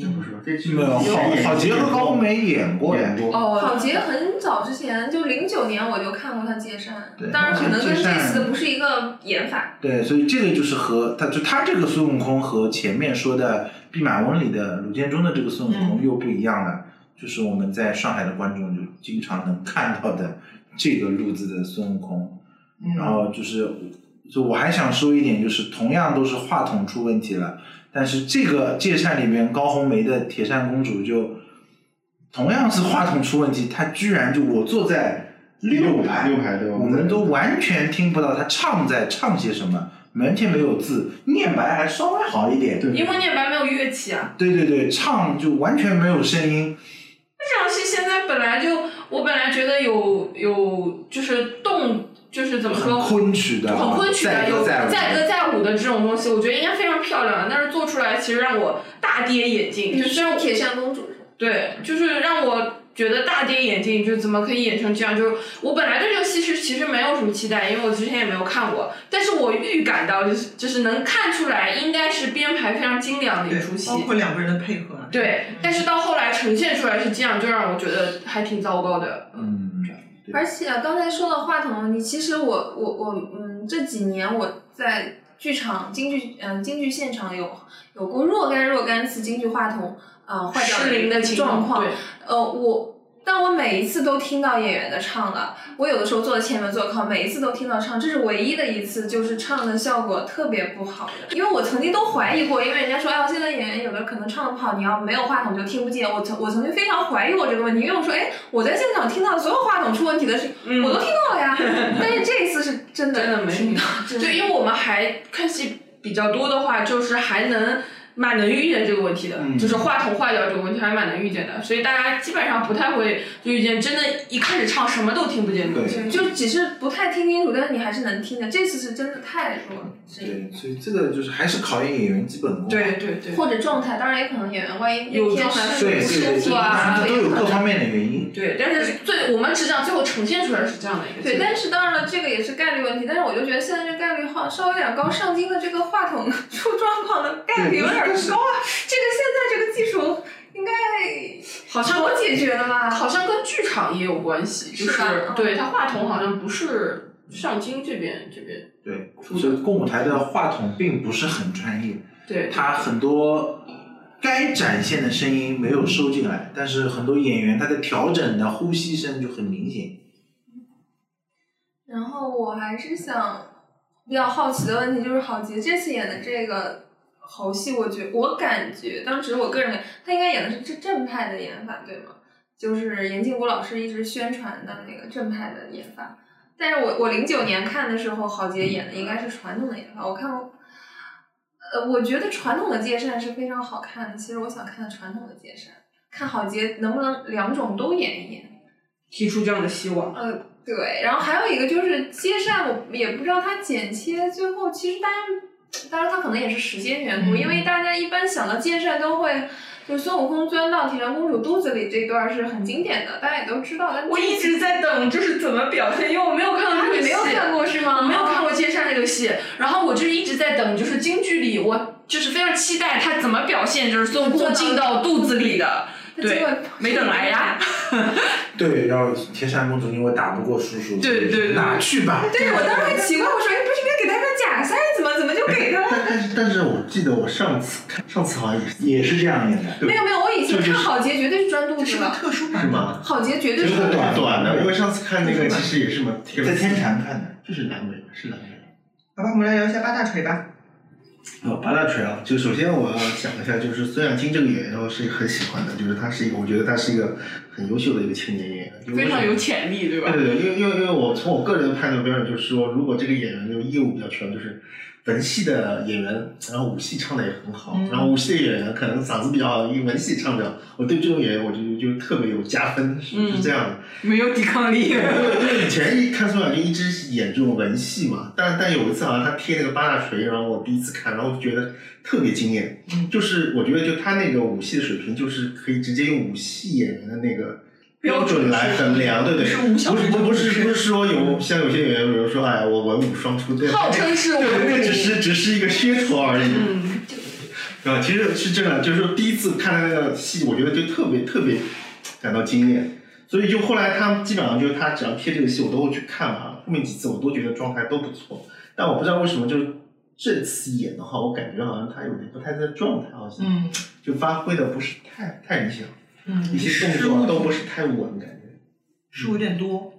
[SPEAKER 5] 这不是吧？这是
[SPEAKER 2] 没有好好杰和高梅演过呀
[SPEAKER 5] 演，过，
[SPEAKER 4] 哦
[SPEAKER 3] 郝杰很早之前，就零九年我就看过他借扇
[SPEAKER 2] 对，
[SPEAKER 3] 当然可能跟
[SPEAKER 2] 借
[SPEAKER 3] 这
[SPEAKER 2] 扇
[SPEAKER 3] 次的不是一个演法。
[SPEAKER 2] 对，所以这个就是和他就他这个孙悟空和前面说的《弼马温》里的鲁建中的这个孙悟空又不一样了，就是我们在上海的观众就经常能看到的这个路子的孙悟空。
[SPEAKER 1] 嗯，
[SPEAKER 5] 啊
[SPEAKER 2] 然后就是，就我还想说一点，就是同样都是话筒出问题了，但是这个借扇里面高红梅的铁扇公主就同样是话筒出问题，她居然就我坐在六排，
[SPEAKER 5] 六排对吧？
[SPEAKER 2] 我们都完全听不到他唱在唱些什么，完全没有字，念白还稍微好一点。
[SPEAKER 5] 对
[SPEAKER 4] 因为念白没有乐器啊，
[SPEAKER 2] 对对对，唱就完全没有声音。
[SPEAKER 4] 这场戏现在本来就，我本来觉得有有就是动，就是怎么
[SPEAKER 2] 很
[SPEAKER 4] 说，
[SPEAKER 2] 昆曲的，
[SPEAKER 4] 很昆曲的，
[SPEAKER 2] 载
[SPEAKER 4] 有
[SPEAKER 2] 歌载
[SPEAKER 4] 载
[SPEAKER 2] 舞
[SPEAKER 4] 歌载舞的这种东西，我觉得应该非常漂亮，但是做出来其实让我大跌眼镜，就虽然我
[SPEAKER 3] 铁扇公主是吧
[SPEAKER 4] 对，就是让我觉得大跌眼镜，就怎么可以演成这样？就是我本来对这个戏是其实没有什么期待，因为我之前也没有看过，但是我预感到就是就是能看出来，应该是编排非常精良的一
[SPEAKER 1] 对
[SPEAKER 4] 出，戏
[SPEAKER 1] 包。括两个人的配合啊，
[SPEAKER 4] 对，但是到后来呈现出来是这样，就让我觉得还挺糟糕的。
[SPEAKER 2] 嗯，对
[SPEAKER 3] 而且啊刚才说到话筒问题，其实我我我嗯，这几年我在剧场京剧嗯京剧现场有有过若干若干次京剧话筒啊、呃、坏掉
[SPEAKER 4] 失灵的情
[SPEAKER 3] 状况，
[SPEAKER 4] 对，
[SPEAKER 3] 呃，我但我每一次都听到演员的唱了，我有的时候坐在前面做靠，每一次都听到唱，这是唯一的一次就是唱的效果特别不好的，因为我曾经都怀疑过，因为人家说，哎呦，现在演员有的可能唱的不好，你要没有话筒就听不见。我曾我曾经非常怀疑过这个问题，因为我说，哎，我在现场听到所有话筒出问题的是，
[SPEAKER 4] 嗯
[SPEAKER 3] 我都听到 了呀，但是这一次是真的
[SPEAKER 4] 真的没
[SPEAKER 3] 听
[SPEAKER 4] 听
[SPEAKER 3] 到
[SPEAKER 4] 到，对，因为我们还看戏比较多的话，就是还能蛮能预见这个问题的，
[SPEAKER 2] 嗯
[SPEAKER 4] 就是话筒话掉这个问题还蛮能预见的，所以大家基本上不太会就遇见真的，一开始唱什么都听不见的东西。
[SPEAKER 2] 对
[SPEAKER 3] 就只是不太听清楚，但是你还是能听见。这次是真的太弱了，是
[SPEAKER 2] 对，所以这个就是还是考验演员基本功。
[SPEAKER 4] 对对对
[SPEAKER 3] 或者状态，当然也可能演员万一
[SPEAKER 4] 有
[SPEAKER 3] 那天
[SPEAKER 4] 状态
[SPEAKER 3] 身
[SPEAKER 2] 对对
[SPEAKER 3] 体不舒
[SPEAKER 2] 对
[SPEAKER 3] 服
[SPEAKER 2] 对，
[SPEAKER 3] 啊，
[SPEAKER 2] 反正
[SPEAKER 3] 所
[SPEAKER 2] 都有
[SPEAKER 3] 以可能
[SPEAKER 2] 各方面的原因。
[SPEAKER 4] 对，但是最我们只讲最后呈现出来是这样的一个结
[SPEAKER 3] 对，
[SPEAKER 4] 果。
[SPEAKER 3] 但是当然了，这个也是概率问题。但是我就觉得现在这概率好稍微有点高，上京的这个话筒 出状况的概率有点高啊。这个现在这个技术应该
[SPEAKER 4] 好像
[SPEAKER 3] 好解决的吧？
[SPEAKER 4] 好像跟剧场也有关系，就是
[SPEAKER 3] 吧嗯
[SPEAKER 4] 对它话筒好像不是上京这边这边
[SPEAKER 2] 对，
[SPEAKER 4] 出
[SPEAKER 2] 所
[SPEAKER 4] 的，
[SPEAKER 2] 以共舞台的话筒并不是很专业，
[SPEAKER 4] 对
[SPEAKER 2] 它很多该展现的声音没有收进来，但是很多演员他的调整的呼吸声就很明显。
[SPEAKER 3] 然后我还是想比较好奇的问题就是，郝杰这次演的这个猴戏，我觉我感觉，当时我个人感觉，他应该演的是正正派的演法，对吗？就是严庆国老师一直宣传的那个正派的演法。但是我我零九年看的时候，郝杰演的应该是传统的演法，我看过。呃，我觉得传统的借扇是非常好看的。其实我想看传统的借扇，看郝杰能不能两种都演一演。
[SPEAKER 4] 提出这样的希望。
[SPEAKER 3] 呃，对，然后还有一个就是接扇，我也不知道它剪切最后，其实大家，当然它可能也是时间缘故，
[SPEAKER 1] 嗯
[SPEAKER 3] 因为大家一般想到接扇都会，就是孙悟空钻到铁扇公主肚子里这一段是很经典的，大家也都知道。但
[SPEAKER 4] 我一直在等，就是怎么表现，因为我没有看
[SPEAKER 3] 啊
[SPEAKER 4] 到，这
[SPEAKER 3] 你
[SPEAKER 4] 个
[SPEAKER 3] 没
[SPEAKER 4] 戏，
[SPEAKER 3] 有看过是吗？
[SPEAKER 4] 我没有看过《接扇》这个戏，然后我就一直在等，就是京剧里，我就是非常期待他怎么表现，就是孙悟空进到肚子里的，
[SPEAKER 3] 那结果，
[SPEAKER 4] 没等来呀。
[SPEAKER 2] 对，然后铁扇公主因为打不过叔叔，
[SPEAKER 4] 对对对
[SPEAKER 2] 拿去吧。
[SPEAKER 3] 对，我当时还奇怪，我说，哎，不是应该给他个假塞子吗？怎么就给他了？
[SPEAKER 5] 但但是但是我记得我上次看上次好像也是
[SPEAKER 2] 也是这样演的。
[SPEAKER 3] 没有没有，我以前看郝杰绝对是钻肚
[SPEAKER 1] 这是
[SPEAKER 3] 子
[SPEAKER 1] 个
[SPEAKER 3] 了，
[SPEAKER 1] 特殊版
[SPEAKER 5] 是吗？
[SPEAKER 3] 郝杰绝对
[SPEAKER 2] 这
[SPEAKER 3] 是
[SPEAKER 2] 是个短
[SPEAKER 5] 短的，因为上次看那个其实也是嘛，贴
[SPEAKER 2] 在天坛看的，
[SPEAKER 5] 就是阑尾，是阑尾。
[SPEAKER 1] 好吧，我们来聊一下八大锤吧。
[SPEAKER 5] 呃，八大锤啊，就首先我要讲一下，就是孙亚金这个演员，我是很喜欢的，就是他是一个，我觉得他是一个很优秀的一个青年演员，因 为
[SPEAKER 4] 非常
[SPEAKER 5] 我
[SPEAKER 4] 有潜力，对吧
[SPEAKER 5] 对？对对，因为因为因为我从我个人的判断标准就是说，如果这个演员的业务比较全，就是文戏的演员，然后武戏唱的也很好，
[SPEAKER 1] 嗯
[SPEAKER 5] 然后武戏的演员可能嗓子比较好，文戏唱的，我对这种演员我就就特别有加分，是
[SPEAKER 4] 嗯
[SPEAKER 5] 是这样的。
[SPEAKER 4] 没有抵抗 力。
[SPEAKER 5] 因为以前一看孙小军一直演这种文戏嘛，但但有一次好像他贴那个八大锤，然后我第一次看，然后我就觉得特别惊艳，
[SPEAKER 1] 嗯
[SPEAKER 5] 就是我觉得就他那个武戏的水平，就是可以直接用武戏演员的那个。标准来衡量，对对，
[SPEAKER 1] 是武小
[SPEAKER 5] 不是
[SPEAKER 1] 水平
[SPEAKER 5] 不是不是说有像有些演员，比如说哎，我文武双出，对，
[SPEAKER 4] 号称是我
[SPEAKER 5] 对
[SPEAKER 4] 们
[SPEAKER 5] 对，那只
[SPEAKER 4] 的
[SPEAKER 5] 是只是一个噱头而已。
[SPEAKER 4] 嗯，
[SPEAKER 5] 啊，其实是真的，就是说第一次看他那个戏，我觉得就特别特别感到惊艳，所以就后来他基本上就是他只要贴这个戏，我都会去看啊。后面几次我都觉得状态都不错，但我不知道为什么就是这次演的话，我感觉好像他有点不太在状态，好像、
[SPEAKER 1] 嗯
[SPEAKER 5] 就发挥的不是太太理想，
[SPEAKER 1] 嗯
[SPEAKER 5] 一些
[SPEAKER 1] 失
[SPEAKER 5] 动
[SPEAKER 1] 误
[SPEAKER 5] 作啊都不是太稳，感觉。
[SPEAKER 1] 失误有点多。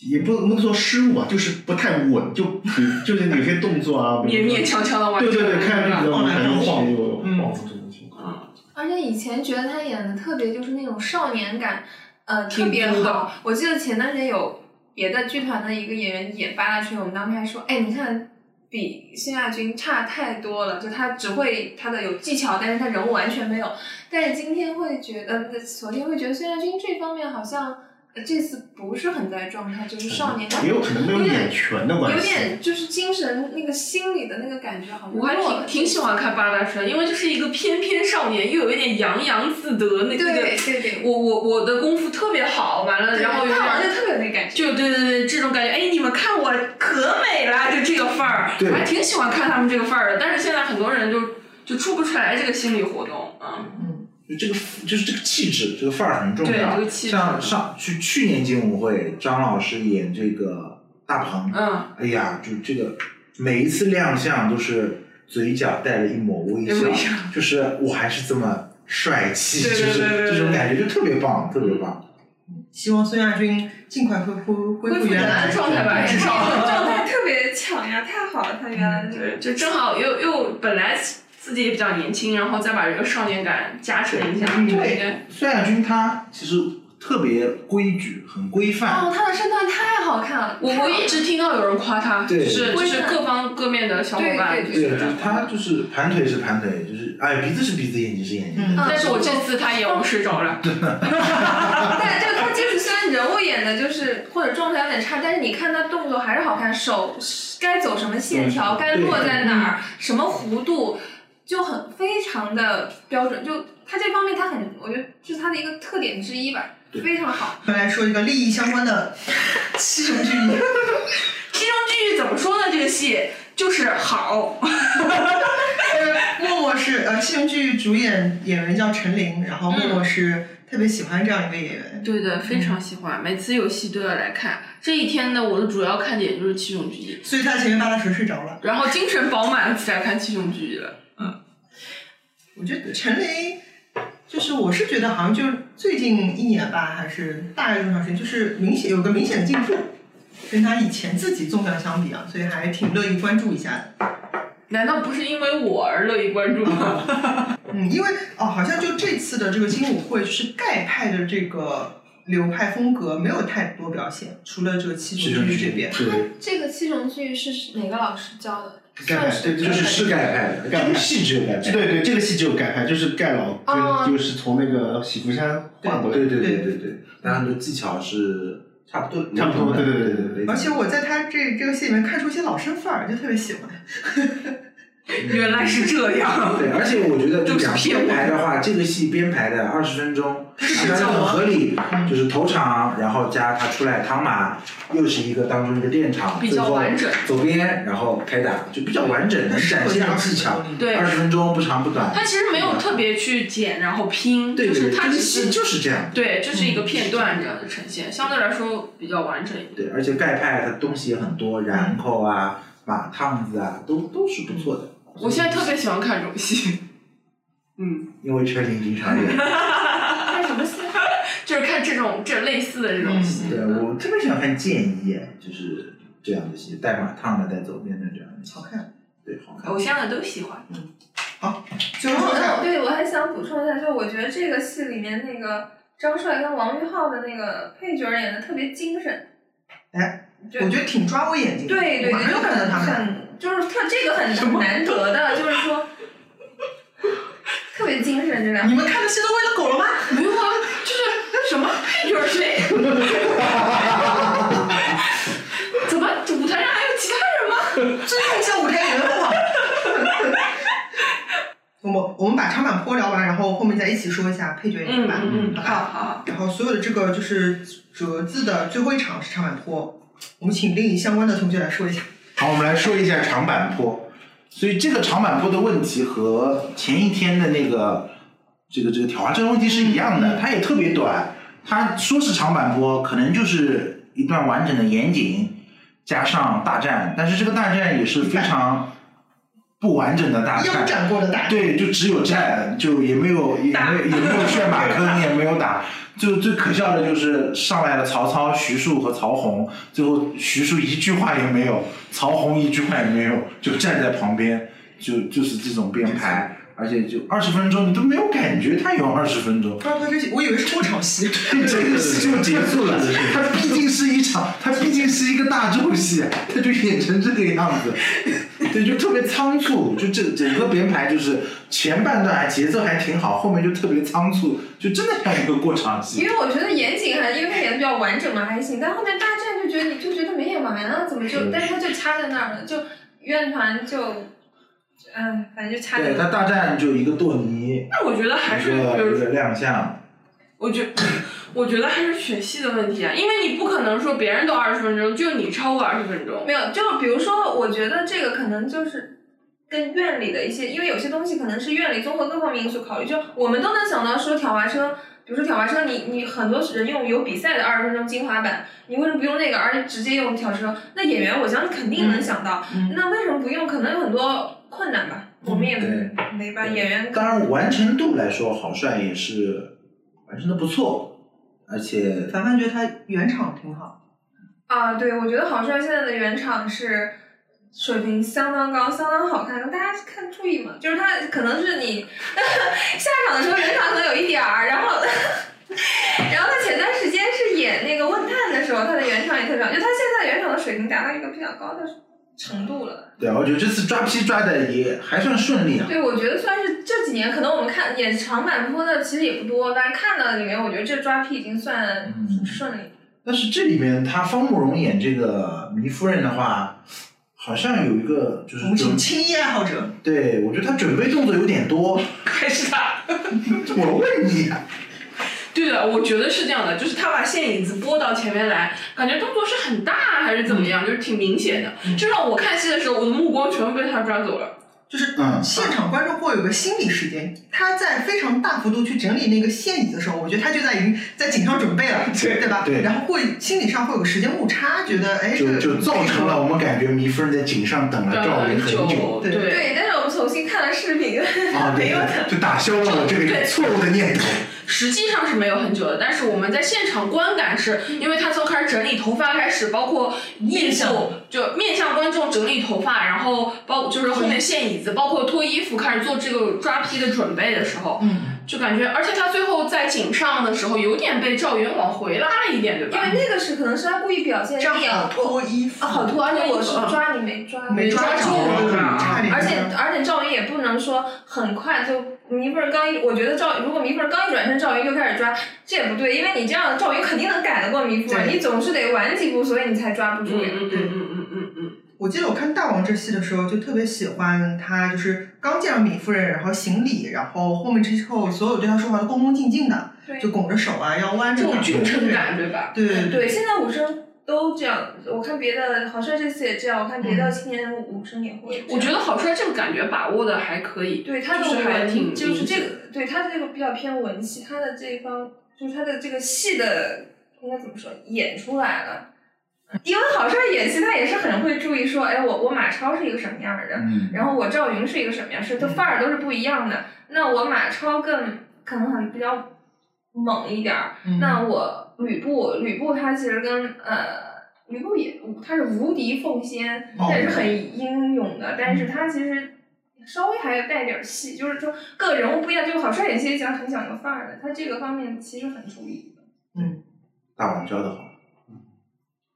[SPEAKER 5] 也不不能说失误吧，啊就是不太稳，就 比就是有些动作啊，比
[SPEAKER 4] 勉
[SPEAKER 5] 如说
[SPEAKER 4] 勉强强的完
[SPEAKER 5] 对
[SPEAKER 4] 成。
[SPEAKER 5] 对对，看着比较
[SPEAKER 1] 晃来
[SPEAKER 5] 还能
[SPEAKER 1] 晃去
[SPEAKER 5] 晃悠
[SPEAKER 1] 嗯
[SPEAKER 5] 晃这种情况。
[SPEAKER 4] 嗯
[SPEAKER 3] 而且以前觉得他演的特别就是那种少年感，呃，特
[SPEAKER 4] 挺
[SPEAKER 3] 别
[SPEAKER 4] 足的
[SPEAKER 3] 好。我记得前段时间有别的剧团的一个演员演八大锤，我们当时还说，哎，你看比孙亚军差太多了，就他只会他的有技巧，但是他人物完全没有。但是今天会觉得，呃，昨天会觉得孙亚军这方面好像、呃这次不是很在状态，就是少年感
[SPEAKER 5] 也。有可能没有演全的关
[SPEAKER 3] 有
[SPEAKER 5] 系。
[SPEAKER 3] 点就是精神那个心理的那个感觉，好像
[SPEAKER 4] 我还
[SPEAKER 3] 弱了
[SPEAKER 4] 挺挺喜欢看八大神，因为这是一个翩翩少年，又有一点洋洋自得那
[SPEAKER 3] 对
[SPEAKER 4] 那个
[SPEAKER 3] 对对对，
[SPEAKER 4] 我我我的功夫特别好，完了，然后有
[SPEAKER 3] 看完就
[SPEAKER 4] 点
[SPEAKER 3] 特别有那感觉。
[SPEAKER 4] 就对对对这种感觉，哎，你们看我可美啦，就这个范儿，
[SPEAKER 2] 对
[SPEAKER 4] 我还挺喜欢看他们这个范儿的。但是现在很多人就就出不出来这个心理活动，嗯，
[SPEAKER 2] 就这个就是这个气质，这个范儿很重
[SPEAKER 4] 对
[SPEAKER 2] 要。
[SPEAKER 4] 这个气质
[SPEAKER 2] 像上去去年金舞会，张老师演这个大鹏，
[SPEAKER 4] 嗯，
[SPEAKER 2] 哎呀，就这个每一次亮相都是嘴角带了一抹微笑
[SPEAKER 4] 微笑，
[SPEAKER 2] 就是我还是这么帅气，
[SPEAKER 4] 对对对对
[SPEAKER 2] 就
[SPEAKER 4] 对
[SPEAKER 2] 是这种感觉就特别棒，特别棒。
[SPEAKER 1] 希望孙亚军尽快恢复恢
[SPEAKER 4] 恢
[SPEAKER 1] 复
[SPEAKER 4] 复
[SPEAKER 1] 原
[SPEAKER 4] 原
[SPEAKER 1] 来
[SPEAKER 4] 来的状态吧，
[SPEAKER 3] 对
[SPEAKER 4] 至少
[SPEAKER 3] 他哦 这个状态特别强呀，太好了，他原来
[SPEAKER 2] 嗯
[SPEAKER 3] 的这个
[SPEAKER 4] 对，就正好又又本来自己也比较年轻，然后再把这个少年感加成一下，就应该。
[SPEAKER 2] 孙亚军他其实特别规矩，很规范。
[SPEAKER 3] 哦，他的身段太好看了，
[SPEAKER 4] 我
[SPEAKER 3] 太好
[SPEAKER 4] 我一直听到有人夸他，就
[SPEAKER 2] 对
[SPEAKER 4] 是就
[SPEAKER 3] 我也
[SPEAKER 4] 是
[SPEAKER 3] 是
[SPEAKER 4] 各方各面的小伙伴，
[SPEAKER 3] 对
[SPEAKER 4] 就
[SPEAKER 2] 对，
[SPEAKER 3] 对
[SPEAKER 4] 是
[SPEAKER 2] 就。是他就是盘腿是盘腿，就是哎鼻子是鼻子，眼睛是眼睛。
[SPEAKER 1] 嗯
[SPEAKER 4] 但是我这次他也我睡着了，
[SPEAKER 3] 但就他就是虽然人物演的就是或者状态有点差，但是你看他动作还是好看，手该走什么线
[SPEAKER 2] 嗯
[SPEAKER 3] 条，该落在哪儿，什么弧度，就很非常的标准。就他这方面，他很，我觉得这是他的一个特点之一吧，
[SPEAKER 2] 对
[SPEAKER 3] 非常好。
[SPEAKER 1] 回来说一个利益相关的 牺牲之一，
[SPEAKER 4] 这种剧怎么说呢？这个戏就是好，
[SPEAKER 1] 默默是呃，戏剧剧主演演员叫陈琳，然后默默是特别喜欢这样一个演员。
[SPEAKER 4] 对的，非
[SPEAKER 2] 嗯
[SPEAKER 4] 常喜欢，每次有戏都要来看。这一天呢，我的主要看点就是七种剧一，
[SPEAKER 1] 所以他前面八大锤睡着了。
[SPEAKER 4] 然后精神饱满起来看七种剧一了。
[SPEAKER 1] 我觉得陈琳，就是我是觉得好像就最近一年吧，还是大概多长时间，就是明显有个明显的进步，跟他以前自己纵向相比啊，所以还挺乐意关注一下的。
[SPEAKER 4] 难道不是因为我而乐意关注吗？
[SPEAKER 1] 嗯，因为哦，好像就这次的这个金舞会，就是盖派的这个流派风格没有太多表现，除了这个七
[SPEAKER 2] 七
[SPEAKER 1] 雄
[SPEAKER 2] 雄
[SPEAKER 1] 居
[SPEAKER 2] 居
[SPEAKER 1] 这边。
[SPEAKER 5] 对，
[SPEAKER 3] 这个七重剧是哪个老师教的？
[SPEAKER 5] 盖派，对，
[SPEAKER 2] 就是是盖派的，这
[SPEAKER 5] 盖派
[SPEAKER 2] 部戏只有盖派。
[SPEAKER 5] 对对，这个戏只有盖派，就是盖老
[SPEAKER 3] 哦
[SPEAKER 5] 跟就是从那个喜福山换过来
[SPEAKER 2] 对
[SPEAKER 5] 的，
[SPEAKER 2] 对对对对，但很多技巧是差不多，
[SPEAKER 5] 差不多
[SPEAKER 2] 对
[SPEAKER 5] 对对
[SPEAKER 2] 对
[SPEAKER 5] 对对
[SPEAKER 1] 而且我在他这这个戏里面看出一些老生范儿，就特别喜欢。
[SPEAKER 4] 原来是这样。
[SPEAKER 2] 对，而且我觉得就
[SPEAKER 4] 就是
[SPEAKER 2] 讲
[SPEAKER 4] 骗
[SPEAKER 2] 编
[SPEAKER 4] 我
[SPEAKER 2] 排的话，这个戏编排的二十分钟，
[SPEAKER 1] 是
[SPEAKER 2] 然后
[SPEAKER 1] 这样
[SPEAKER 2] 很
[SPEAKER 1] 吗
[SPEAKER 2] 合理
[SPEAKER 1] 嗯，
[SPEAKER 2] 就是头场，然后加他出来汤马，又是一个当中一个练场，
[SPEAKER 4] 比较
[SPEAKER 2] 最后
[SPEAKER 4] 完整
[SPEAKER 2] 走边然后开打，就比较完整，能展现的技巧。
[SPEAKER 4] 对
[SPEAKER 2] 二十分钟不长不短，
[SPEAKER 4] 他其实没有特别去剪，然后拼，
[SPEAKER 2] 对
[SPEAKER 4] 就
[SPEAKER 2] 对
[SPEAKER 4] 是
[SPEAKER 2] 对，
[SPEAKER 4] 他
[SPEAKER 2] 这个
[SPEAKER 4] 只
[SPEAKER 2] 戏
[SPEAKER 4] 是
[SPEAKER 2] 就是这嗯样。
[SPEAKER 4] 对，就是一个片段这样的呈现，相对来说比较完整一点。
[SPEAKER 2] 对，而且盖派它东西也很多，
[SPEAKER 4] 嗯
[SPEAKER 2] 染口啊、马趟子啊，都都是不错的。
[SPEAKER 4] 嗯我现在特别喜欢看这种戏， 嗯，
[SPEAKER 2] 因为陈琳经常 演。
[SPEAKER 3] 看什么戏？
[SPEAKER 4] 就是看这种这类似的这种戏。
[SPEAKER 2] 嗯对，我特别喜欢看建议，就是这样的戏，带马趟的、带走边的这样的戏
[SPEAKER 1] 好，看。
[SPEAKER 2] 对，好看。
[SPEAKER 4] 偶像的都喜欢，
[SPEAKER 1] 最后
[SPEAKER 3] 哦
[SPEAKER 1] 看，
[SPEAKER 3] 对，我还想补充一下，就我觉得这个戏里面那个张帅跟王玉浩的那个配角演的特别精神。
[SPEAKER 1] 哎，
[SPEAKER 3] 对
[SPEAKER 1] 我觉得挺抓我眼睛的，
[SPEAKER 3] 对对
[SPEAKER 1] 马
[SPEAKER 3] 对，
[SPEAKER 1] 上
[SPEAKER 3] 就
[SPEAKER 1] 就看到
[SPEAKER 3] 很
[SPEAKER 1] 他们。
[SPEAKER 3] 很就是特这个很很难得的，就是说特别精神这两
[SPEAKER 1] 你
[SPEAKER 3] 个。
[SPEAKER 1] 们看的戏都喂了狗了吗？
[SPEAKER 4] 没有啊，就是什么配角谁？怎么这舞台上还有其他人吗？
[SPEAKER 1] 这太像舞台演员了吧。 我们我们把长坂坡聊完，然后后面再一起说一下配角演员吧。
[SPEAKER 4] 嗯嗯嗯，
[SPEAKER 1] 好
[SPEAKER 4] 好
[SPEAKER 1] 吧
[SPEAKER 4] 好好，
[SPEAKER 1] 然后所有的这个就是折字的最后一场是长坂坡，我们请另一相关的同学来说一下。
[SPEAKER 2] 好，我们来说一下长坂坡。所以这个长坂坡的问题和前一天的那个这个这个挑花针问题是一样的，它也特别短。它说是长坂坡，可能就是一段完整的严谨，加上大战，但是这个大战也是非常不完整的大
[SPEAKER 1] 腰
[SPEAKER 2] 战。
[SPEAKER 1] 斩过的大
[SPEAKER 2] 对，就只有战，就也没有也没有也没有炫马坑，也没有打。就最可笑的就是上来了曹操、徐庶和曹洪，最后徐庶一句话也没有，曹洪一句话也没有，就站在旁边，就就是这种编排，而且就二十分钟你都没有感觉他有二十分钟，
[SPEAKER 1] 然后他这我以为是过场戏，
[SPEAKER 2] 这个戏就结束了。它毕竟是一场，它毕竟是一个大众戏，它就演成这个样子，对，就特别仓促。就整整个编排就是前半段还啊节奏还挺好，后面就特别仓促，就真的像一个过场
[SPEAKER 3] 因
[SPEAKER 2] 戏。
[SPEAKER 3] 为我觉得严谨还，因为他演的比较完整嘛，还行。但后面大战就觉得你就觉得没演完啊，怎么就？
[SPEAKER 2] 是
[SPEAKER 3] 但是他就掐在那儿了，就院团就，哎，反正就掐在
[SPEAKER 2] 对，
[SPEAKER 3] 那
[SPEAKER 2] 它大
[SPEAKER 3] 儿。
[SPEAKER 2] 战就一个剁泥，
[SPEAKER 4] 那我觉得还
[SPEAKER 2] 一
[SPEAKER 4] 是比
[SPEAKER 2] 个
[SPEAKER 4] 如
[SPEAKER 2] 一个亮相，
[SPEAKER 4] 我觉我觉得还是选戏的问题啊，因为你不可能说别人都二十分钟，就你超过二十分钟。
[SPEAKER 3] 没有，就比如说，我觉得这个可能就是跟院里的一些，因为有些东西可能是院里综合各方面因素考虑，就我们都能想到说挑滑车。比如说挑滑车，你你很多人用有比赛的二十分钟精华版，你为什么不用那个，而直接用挑车？那演员我相信肯定能想到，
[SPEAKER 1] 嗯
[SPEAKER 3] 那为什么不用？可能有很多困难吧，我们也
[SPEAKER 2] 对。
[SPEAKER 3] 没把
[SPEAKER 2] 对
[SPEAKER 3] 演员
[SPEAKER 2] 当然，完成度来说，郝帅也是完成的不错，而且
[SPEAKER 1] 凡凡觉得他原厂挺好，
[SPEAKER 3] 啊，对，我觉得好帅现在的原厂是水平相当高，相当好看。大家看注意嘛，就是它可能是你 下场的时候原厂可能有一点儿，然后然后他前段时间是演那个问探的时候，他的原厂也特别好，就他现在原厂的水平达到一个比较高的程度了。
[SPEAKER 2] 对啊，我觉得这次抓批抓的也还算顺利啊。
[SPEAKER 3] 对，我觉得算是这几年，可能我们看演长坂坡的其实也不多，但是看到里面，我觉得这抓 P 已经算
[SPEAKER 2] 嗯
[SPEAKER 3] 顺利。
[SPEAKER 2] 但是这里面他方慕容演这个糜夫人的话，好像有一个就是
[SPEAKER 1] 同
[SPEAKER 2] 准
[SPEAKER 1] 情轻衣爱好者，
[SPEAKER 2] 对，我觉得他准备动作有点多。
[SPEAKER 4] 还是他？
[SPEAKER 2] 我问你啊，
[SPEAKER 4] 对的，我觉得是这样的，就是他把线影子拨到前面来，感觉动作是很大还是怎么样，就是挺明显的。
[SPEAKER 1] 嗯
[SPEAKER 4] 就让我看戏的时候，我的目光全部被他抓走了。
[SPEAKER 1] 就是
[SPEAKER 2] 嗯
[SPEAKER 1] 现场观众会有个心理时间，他在非常大幅度去整理那个陷阱的时候，我觉得他就在于在紧张准备了，
[SPEAKER 2] 对
[SPEAKER 1] 对吧？
[SPEAKER 2] 对
[SPEAKER 1] 然后会心理上会有个时间误差，觉得哎，这
[SPEAKER 2] 就
[SPEAKER 1] 个
[SPEAKER 2] 就造成了我们感觉糜夫人在井上等了
[SPEAKER 4] 等
[SPEAKER 2] 赵
[SPEAKER 4] 了
[SPEAKER 2] 云
[SPEAKER 4] 很
[SPEAKER 2] 很久。
[SPEAKER 4] 久，
[SPEAKER 1] 对
[SPEAKER 3] 对，但是我们重新看了视频，
[SPEAKER 2] 啊，对
[SPEAKER 3] 没有的，，
[SPEAKER 2] 就打消了我这个
[SPEAKER 4] 对
[SPEAKER 2] 错误的念头。
[SPEAKER 4] 实际上是没有很久的，但是我们在现场观感是，因为他从开始整理头发开始，包括面
[SPEAKER 1] 向
[SPEAKER 4] 部，就面向观众整理头发，然后包就是后面陷椅子，包括脱衣服，开始做这个抓批的准备的时候，
[SPEAKER 1] 嗯，
[SPEAKER 4] 就感觉，而且他最后在井上的时候，有点被赵云往回拉了一点，对
[SPEAKER 3] 因为
[SPEAKER 4] 吧？
[SPEAKER 3] 那个是可能是他故意表现
[SPEAKER 1] 这样
[SPEAKER 3] 你要
[SPEAKER 1] 好脱衣服，
[SPEAKER 3] 啊好脱，而且我是
[SPEAKER 4] 嗯
[SPEAKER 3] 抓你没抓，
[SPEAKER 1] 没抓
[SPEAKER 4] 住
[SPEAKER 1] 住，
[SPEAKER 4] 啊
[SPEAKER 1] 差点
[SPEAKER 3] 而且而且赵云也不能说很快就迷缝刚一，我觉得赵如果迷缝刚一转身，赵云就开始抓，这也不对，因为你这样赵云肯定能赶得过迷缝，
[SPEAKER 1] 对
[SPEAKER 3] 你总是得晚几步，所以你才抓不住
[SPEAKER 4] 嗯
[SPEAKER 3] 呀。
[SPEAKER 4] 嗯嗯嗯嗯嗯嗯，
[SPEAKER 1] 我记得我看《大王》这戏的时候，就特别喜欢他，就是刚见到米夫人，然后行礼，然然后后面之后所有对他说话都恭恭敬敬的，
[SPEAKER 3] 对
[SPEAKER 1] 就拱着手啊，要弯
[SPEAKER 4] 这
[SPEAKER 1] 着
[SPEAKER 4] 种
[SPEAKER 1] 脑
[SPEAKER 4] 君臣
[SPEAKER 1] 对
[SPEAKER 4] 感，对吧？
[SPEAKER 1] 对对
[SPEAKER 3] 对，现在武生都这样，我看别的好像这次也这样，我看别
[SPEAKER 1] 嗯
[SPEAKER 3] 的青年武生也会这样。
[SPEAKER 4] 我觉得郝帅这个感觉把握的还可以，
[SPEAKER 3] 对他的
[SPEAKER 4] 就是还挺
[SPEAKER 3] 文就是
[SPEAKER 4] 明
[SPEAKER 3] 这
[SPEAKER 4] 显
[SPEAKER 3] 个，对他的这个比较偏文戏，他的这一方就是他的这个戏的应该怎么说演出来了。因为郝帅演戏，他也是很会注意说，哎，我我马超是一个什么样的人，
[SPEAKER 2] 嗯
[SPEAKER 3] 然后我赵云是一个什么样，是他范儿都是不一样的。那我马超更可能很比较猛一点儿，
[SPEAKER 1] 嗯
[SPEAKER 3] 那我吕布，吕布他其实跟呃，吕布也他是无敌奉先，
[SPEAKER 2] 哦
[SPEAKER 3] 他也是很英勇的，但是他其实稍微还带点儿戏，就是说各人物不一样，就是郝帅演戏讲很讲究范儿的，他这个方面其实很注意。
[SPEAKER 2] 大王教的好，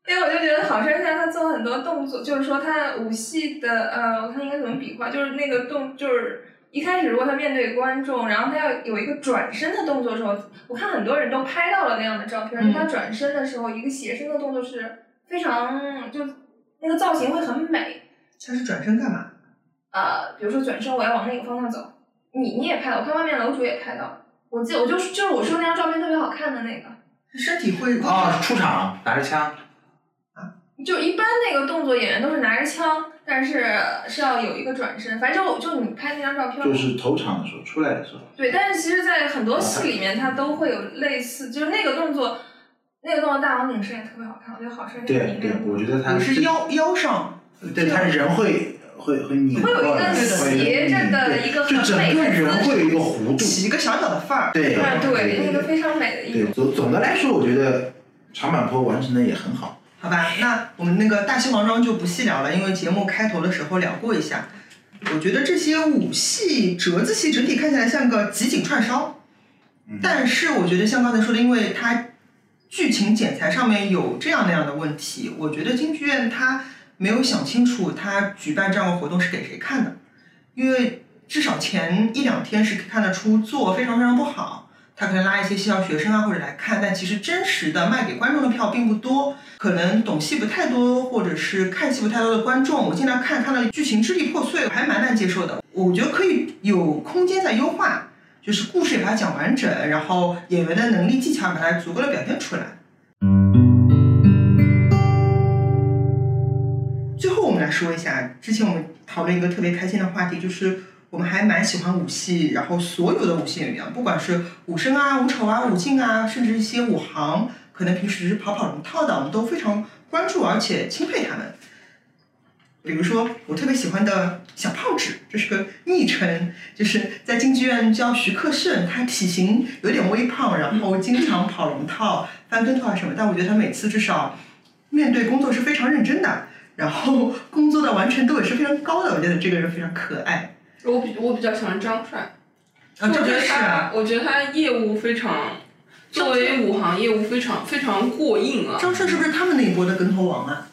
[SPEAKER 3] 因为哎我就觉得郝帅现在他做很多动作，就是说他武戏的呃，我看应该怎么比划，就是那个动就是。一开始，如果他面对观众，然后他要有一个转身的动作的时候，我看很多人都拍到了那样的照片。
[SPEAKER 1] 嗯
[SPEAKER 3] 他转身的时候，一个斜身的动作是非常就那个造型会很美。
[SPEAKER 1] 他是转身干嘛？
[SPEAKER 3] 呃，比如说转身，我要往那个方向走，你你也拍到，我看外面楼主也拍到了。我记得我就是就是我说那张照片特别好看的那个，
[SPEAKER 1] 身体会
[SPEAKER 2] 啊，出场拿着枪，
[SPEAKER 3] 就一般那个动作演员都是拿着枪，但是是要有一个转身。反正就就你拍那张照片，
[SPEAKER 2] 就是头场的时候出来的时候，
[SPEAKER 3] 对，但是其实，在很多戏里面，它都会有类似，就是那个动作，那个动作大王领饰也特别好看，我觉得好帅那个
[SPEAKER 2] 对
[SPEAKER 3] 领
[SPEAKER 2] 对，我
[SPEAKER 3] 饰。
[SPEAKER 2] 觉得他
[SPEAKER 1] 我是腰腰上，
[SPEAKER 2] 对他人会会会拧过
[SPEAKER 3] 会有一
[SPEAKER 2] 来，
[SPEAKER 3] 个斜着的一个
[SPEAKER 2] 就整
[SPEAKER 3] 很美
[SPEAKER 2] 个
[SPEAKER 3] 的
[SPEAKER 2] 人
[SPEAKER 3] 姿势，
[SPEAKER 2] 会有一个弧度，
[SPEAKER 1] 起一个小小的范儿，
[SPEAKER 2] 对
[SPEAKER 3] 啊，对，
[SPEAKER 2] 对
[SPEAKER 3] 那个非常美的一
[SPEAKER 2] 对
[SPEAKER 3] 幕。
[SPEAKER 2] 总总的来说，我觉得长坂坡完成的也很好。
[SPEAKER 1] 好吧？那我们那个大西王庄就不细聊了，因为节目开头的时候聊过一下。我觉得这些武戏、折子戏整体看起来像个集锦串烧，
[SPEAKER 2] 嗯
[SPEAKER 1] 但是我觉得像刚才说的，因为它剧情剪裁上面有这样那样的问题，我觉得京剧院它没有想清楚，它举办这样的活动是给谁看的，因为至少前一两天是看得出做非常非常不好。他可能拉一些戏校学生啊，或者来看，但其实真实的卖给观众的票并不多。可能懂戏不太多，或者是看戏不太多的观众，我经常看看到剧情支离破碎，还蛮难接受的。我觉得可以有空间在优化，就是故事也把它讲完整，然后演员的能力技巧把它足够的表现出来。最后我们来说一下，之前我们讨论一个特别开心的话题，就是我们还蛮喜欢武戏，然后所有的武戏演员，不管是武生啊、武丑啊、武进啊，甚至一些武行，可能平时跑跑龙套的，我们都非常关注而且钦佩他们。比如说我特别喜欢的小胖子，这是个昵称，就是在京剧院叫徐克胜，他体型有点微胖，然后经常跑龙套、翻跟头啊什么，但我觉得他每次至少面对工作是非常认真的，然后工作的完成度也是非常高的，我觉得这个人非常可爱。
[SPEAKER 4] 我比我比较喜欢哦张帅，
[SPEAKER 1] 啊，
[SPEAKER 4] 我
[SPEAKER 1] 这
[SPEAKER 4] 觉
[SPEAKER 1] 个
[SPEAKER 4] 得
[SPEAKER 1] 是啊，
[SPEAKER 4] 他，我觉得他业务非常，作为武行业务非常非常过硬啊。
[SPEAKER 1] 张彻是不是他们那一波的跟头王啊？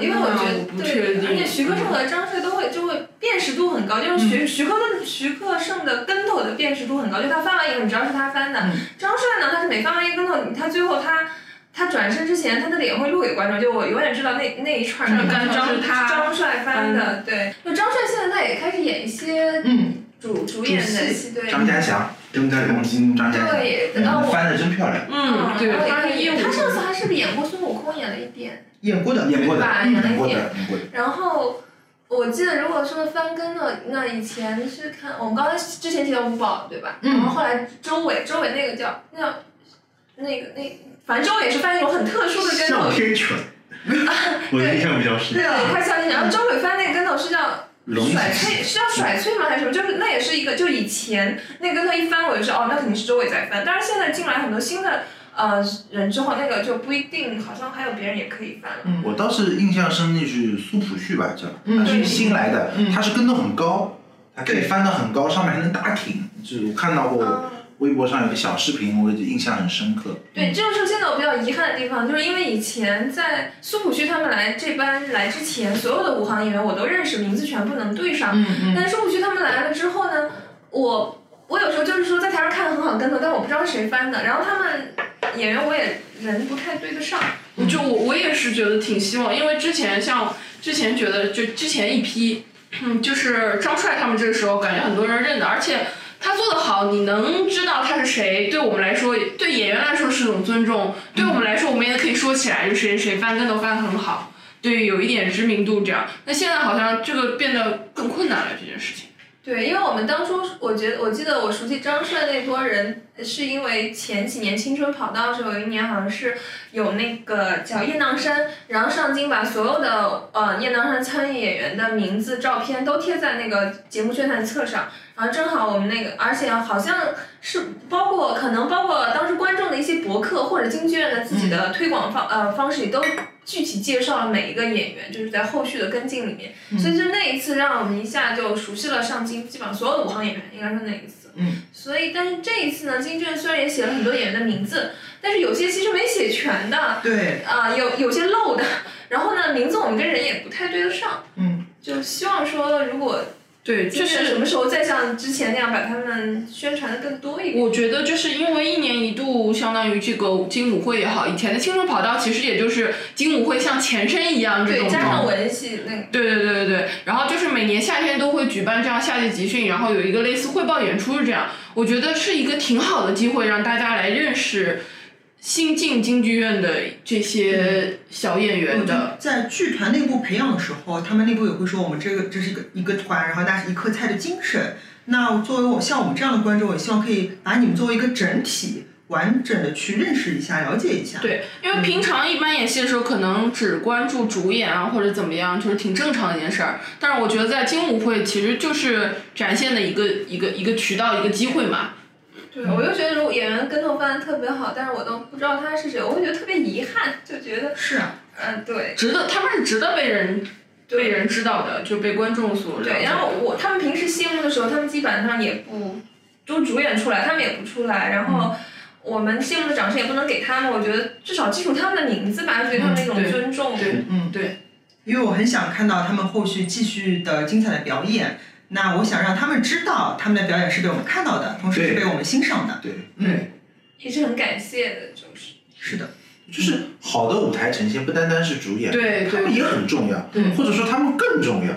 [SPEAKER 3] 因为我觉得
[SPEAKER 4] 我不确
[SPEAKER 3] 对，
[SPEAKER 4] 定
[SPEAKER 3] 而且徐克胜和张帅都会就会辨识度很高，就是徐、徐克的徐克胜的跟头的辨识度很高，就他翻完一个你知道是他翻的，
[SPEAKER 1] 嗯
[SPEAKER 3] 张帅呢他是每翻完一个跟头，他最后他他转身之前他的脸会露给观众，就我永远知道那那一串
[SPEAKER 4] 是
[SPEAKER 3] 跟头
[SPEAKER 4] 跟张
[SPEAKER 3] 是
[SPEAKER 4] 他
[SPEAKER 3] 张帅翻的，对，就张帅现在他也开始演一些
[SPEAKER 1] 嗯，
[SPEAKER 3] 主主演的
[SPEAKER 1] 戏
[SPEAKER 3] 戏，对，
[SPEAKER 2] 张家祥，
[SPEAKER 5] 张家祥
[SPEAKER 2] 嗯张家祥，
[SPEAKER 3] 对，
[SPEAKER 2] 嗯
[SPEAKER 3] 然后我。
[SPEAKER 2] 翻的真漂亮，
[SPEAKER 4] 嗯，对，
[SPEAKER 3] 然后
[SPEAKER 4] 他的业务。
[SPEAKER 3] 啊他上次还是不是演过孙悟空，演了一点。
[SPEAKER 1] 演过的，
[SPEAKER 2] 演过的，
[SPEAKER 3] 吧
[SPEAKER 2] 演过
[SPEAKER 3] 演
[SPEAKER 2] 嗯的，演过的，
[SPEAKER 3] 然后我记得，如果说翻跟的，那以前是看我们刚才之前提到五宝对吧？
[SPEAKER 1] 嗯
[SPEAKER 3] 然后后来周伟，周伟那个叫那叫那个那，反正周伟是翻那种很特殊的跟头
[SPEAKER 5] 向，天 犬，我的印象比较深。
[SPEAKER 1] 对
[SPEAKER 3] 对，
[SPEAKER 1] 啊，
[SPEAKER 3] 他像那，然后周伟翻那个跟头是叫。
[SPEAKER 2] 龙
[SPEAKER 3] 甩脆是叫甩脆吗？还是什么？就是那也是一个，就以前那个跟头一翻，我就知道哦，那肯定是周伟在翻。但是现在进来很多新的呃人之后，那个就不一定，好像还有别人也可以翻了。
[SPEAKER 2] 我倒是印象深那是苏普旭吧，叫
[SPEAKER 1] 嗯
[SPEAKER 2] 他是新来的
[SPEAKER 1] 嗯，
[SPEAKER 2] 他是跟头很高，他可以
[SPEAKER 1] 对
[SPEAKER 2] 翻得很高，上面还能打挺，就是我看到过
[SPEAKER 3] 哦
[SPEAKER 2] 微博上有个小视频，我印象很深刻。
[SPEAKER 3] 对，
[SPEAKER 1] 嗯
[SPEAKER 3] 这就是现在我比较遗憾的地方，就是因为以前在苏浦区他们来这班来之前，所有的武行演员我都认识，名字全部能对上。
[SPEAKER 1] 嗯嗯，
[SPEAKER 3] 但是苏浦区他们来了之后呢，我我有时候就是说在台上看很好跟头，但我不知道谁翻的，然后他们演员我也人不太对得上。
[SPEAKER 4] 就我我也是觉得挺希望，因为之前像之前觉得就之前一批，嗯，就是张帅他们这个时候感觉很多人认得，而且他做的好，你能知道他是谁，对我们来说，对演员来说是一种尊重，对我们来说，我们也可以说起来就谁谁谁翻跟头翻得很好，对，有一点知名度这样。那现在好像这个变得更困难了这件事情。
[SPEAKER 3] 对，因为我们当初，我觉得我记得我熟悉张帅那波人，是因为前几年青春跑道的时候，有一年好像是有那个叫雁荡山，然后上京把所有的呃雁荡山参与演员的名字、照片都贴在那个节目宣传册上，然后正好我们那个，而且好像是包括可能包括当时观众的一些博客或者京剧院的自己的推广方、呃方式里都具体介绍了每一个演员，就是在后续的跟进里面。
[SPEAKER 4] 嗯
[SPEAKER 3] 所以就那一次，让我们一下就熟悉了上京基本上所有的武行演员，应该说那一次。
[SPEAKER 1] 嗯。
[SPEAKER 3] 所以，但是这一次呢，京剧院虽然也写了很多演员的名字，但是有些其实没写全的，啊、
[SPEAKER 1] 对，
[SPEAKER 3] 有有些漏的。然后呢，名字我们跟人也不太对得上，
[SPEAKER 1] 嗯，
[SPEAKER 3] 就希望说，如果
[SPEAKER 4] 对，
[SPEAKER 3] 京
[SPEAKER 4] 就
[SPEAKER 3] 剧院
[SPEAKER 4] 是
[SPEAKER 3] 什么时候再像之前那样把他们宣传的更多一点。
[SPEAKER 4] 我觉得就是因为一年一度，相当于这个金舞会也好，以前的青春跑道其实也就是金舞会像前身一样嗯这
[SPEAKER 3] 对，
[SPEAKER 4] 种
[SPEAKER 3] 加上
[SPEAKER 4] 状态。
[SPEAKER 3] 文戏那个，
[SPEAKER 4] 对对对对对，然后就是每年夏天都会举办这样夏季集训，然后有一个类似汇报演出是这样，我觉得是一个挺好的机会，让大家来认识新进京剧院的这
[SPEAKER 3] 嗯
[SPEAKER 4] 些小演员的。
[SPEAKER 1] 在剧团内部培养的时候，他们内部也会说我们这个这是一个一个团，然后大家是一颗菜的精神。那作为我像我们这样的观众，也希望可以把你们作为一个整体，完整的去认识一下、了解一下。
[SPEAKER 4] 对，因为平常一般演戏的时候，可能只关注主演啊，或者怎么样，就是挺正常的一件事儿。但是我觉得在精舞会其实就是展现的一个一个一个渠道，一个机会嘛。
[SPEAKER 3] 对，
[SPEAKER 4] 嗯
[SPEAKER 3] 我就觉得如果演员跟头翻的特别好，但是我都不知道他是谁，我会觉得特别遗憾，就觉得，
[SPEAKER 1] 是啊，
[SPEAKER 3] 嗯、对，
[SPEAKER 4] 值得他们是值得被人被人知道的，就被观众所了解的。
[SPEAKER 3] 对，然后我他们平时谢幕的时候，他们基本上也不，就主演出来，他们也不出来，然
[SPEAKER 4] 嗯
[SPEAKER 3] 后我们谢幕的掌声也不能给他们，我觉得至少记住他们的名字吧，对他们的一种
[SPEAKER 4] 对
[SPEAKER 3] 尊重。
[SPEAKER 4] 对
[SPEAKER 1] 嗯，
[SPEAKER 4] 对，
[SPEAKER 1] 因为我很想看到他们后续继续的精彩的表演。那我想让他们知道，他们的表演是被我们看到的，同时是
[SPEAKER 2] 对
[SPEAKER 1] 被我们欣赏的。
[SPEAKER 2] 对，
[SPEAKER 1] 嗯，
[SPEAKER 3] 也是很感谢的，就是。
[SPEAKER 1] 是的，
[SPEAKER 2] 就是好的舞台呈现不单单是主演，
[SPEAKER 4] 对
[SPEAKER 2] 他们
[SPEAKER 4] 对，
[SPEAKER 2] 也很重要
[SPEAKER 1] 对，
[SPEAKER 2] 或者说他们更重要，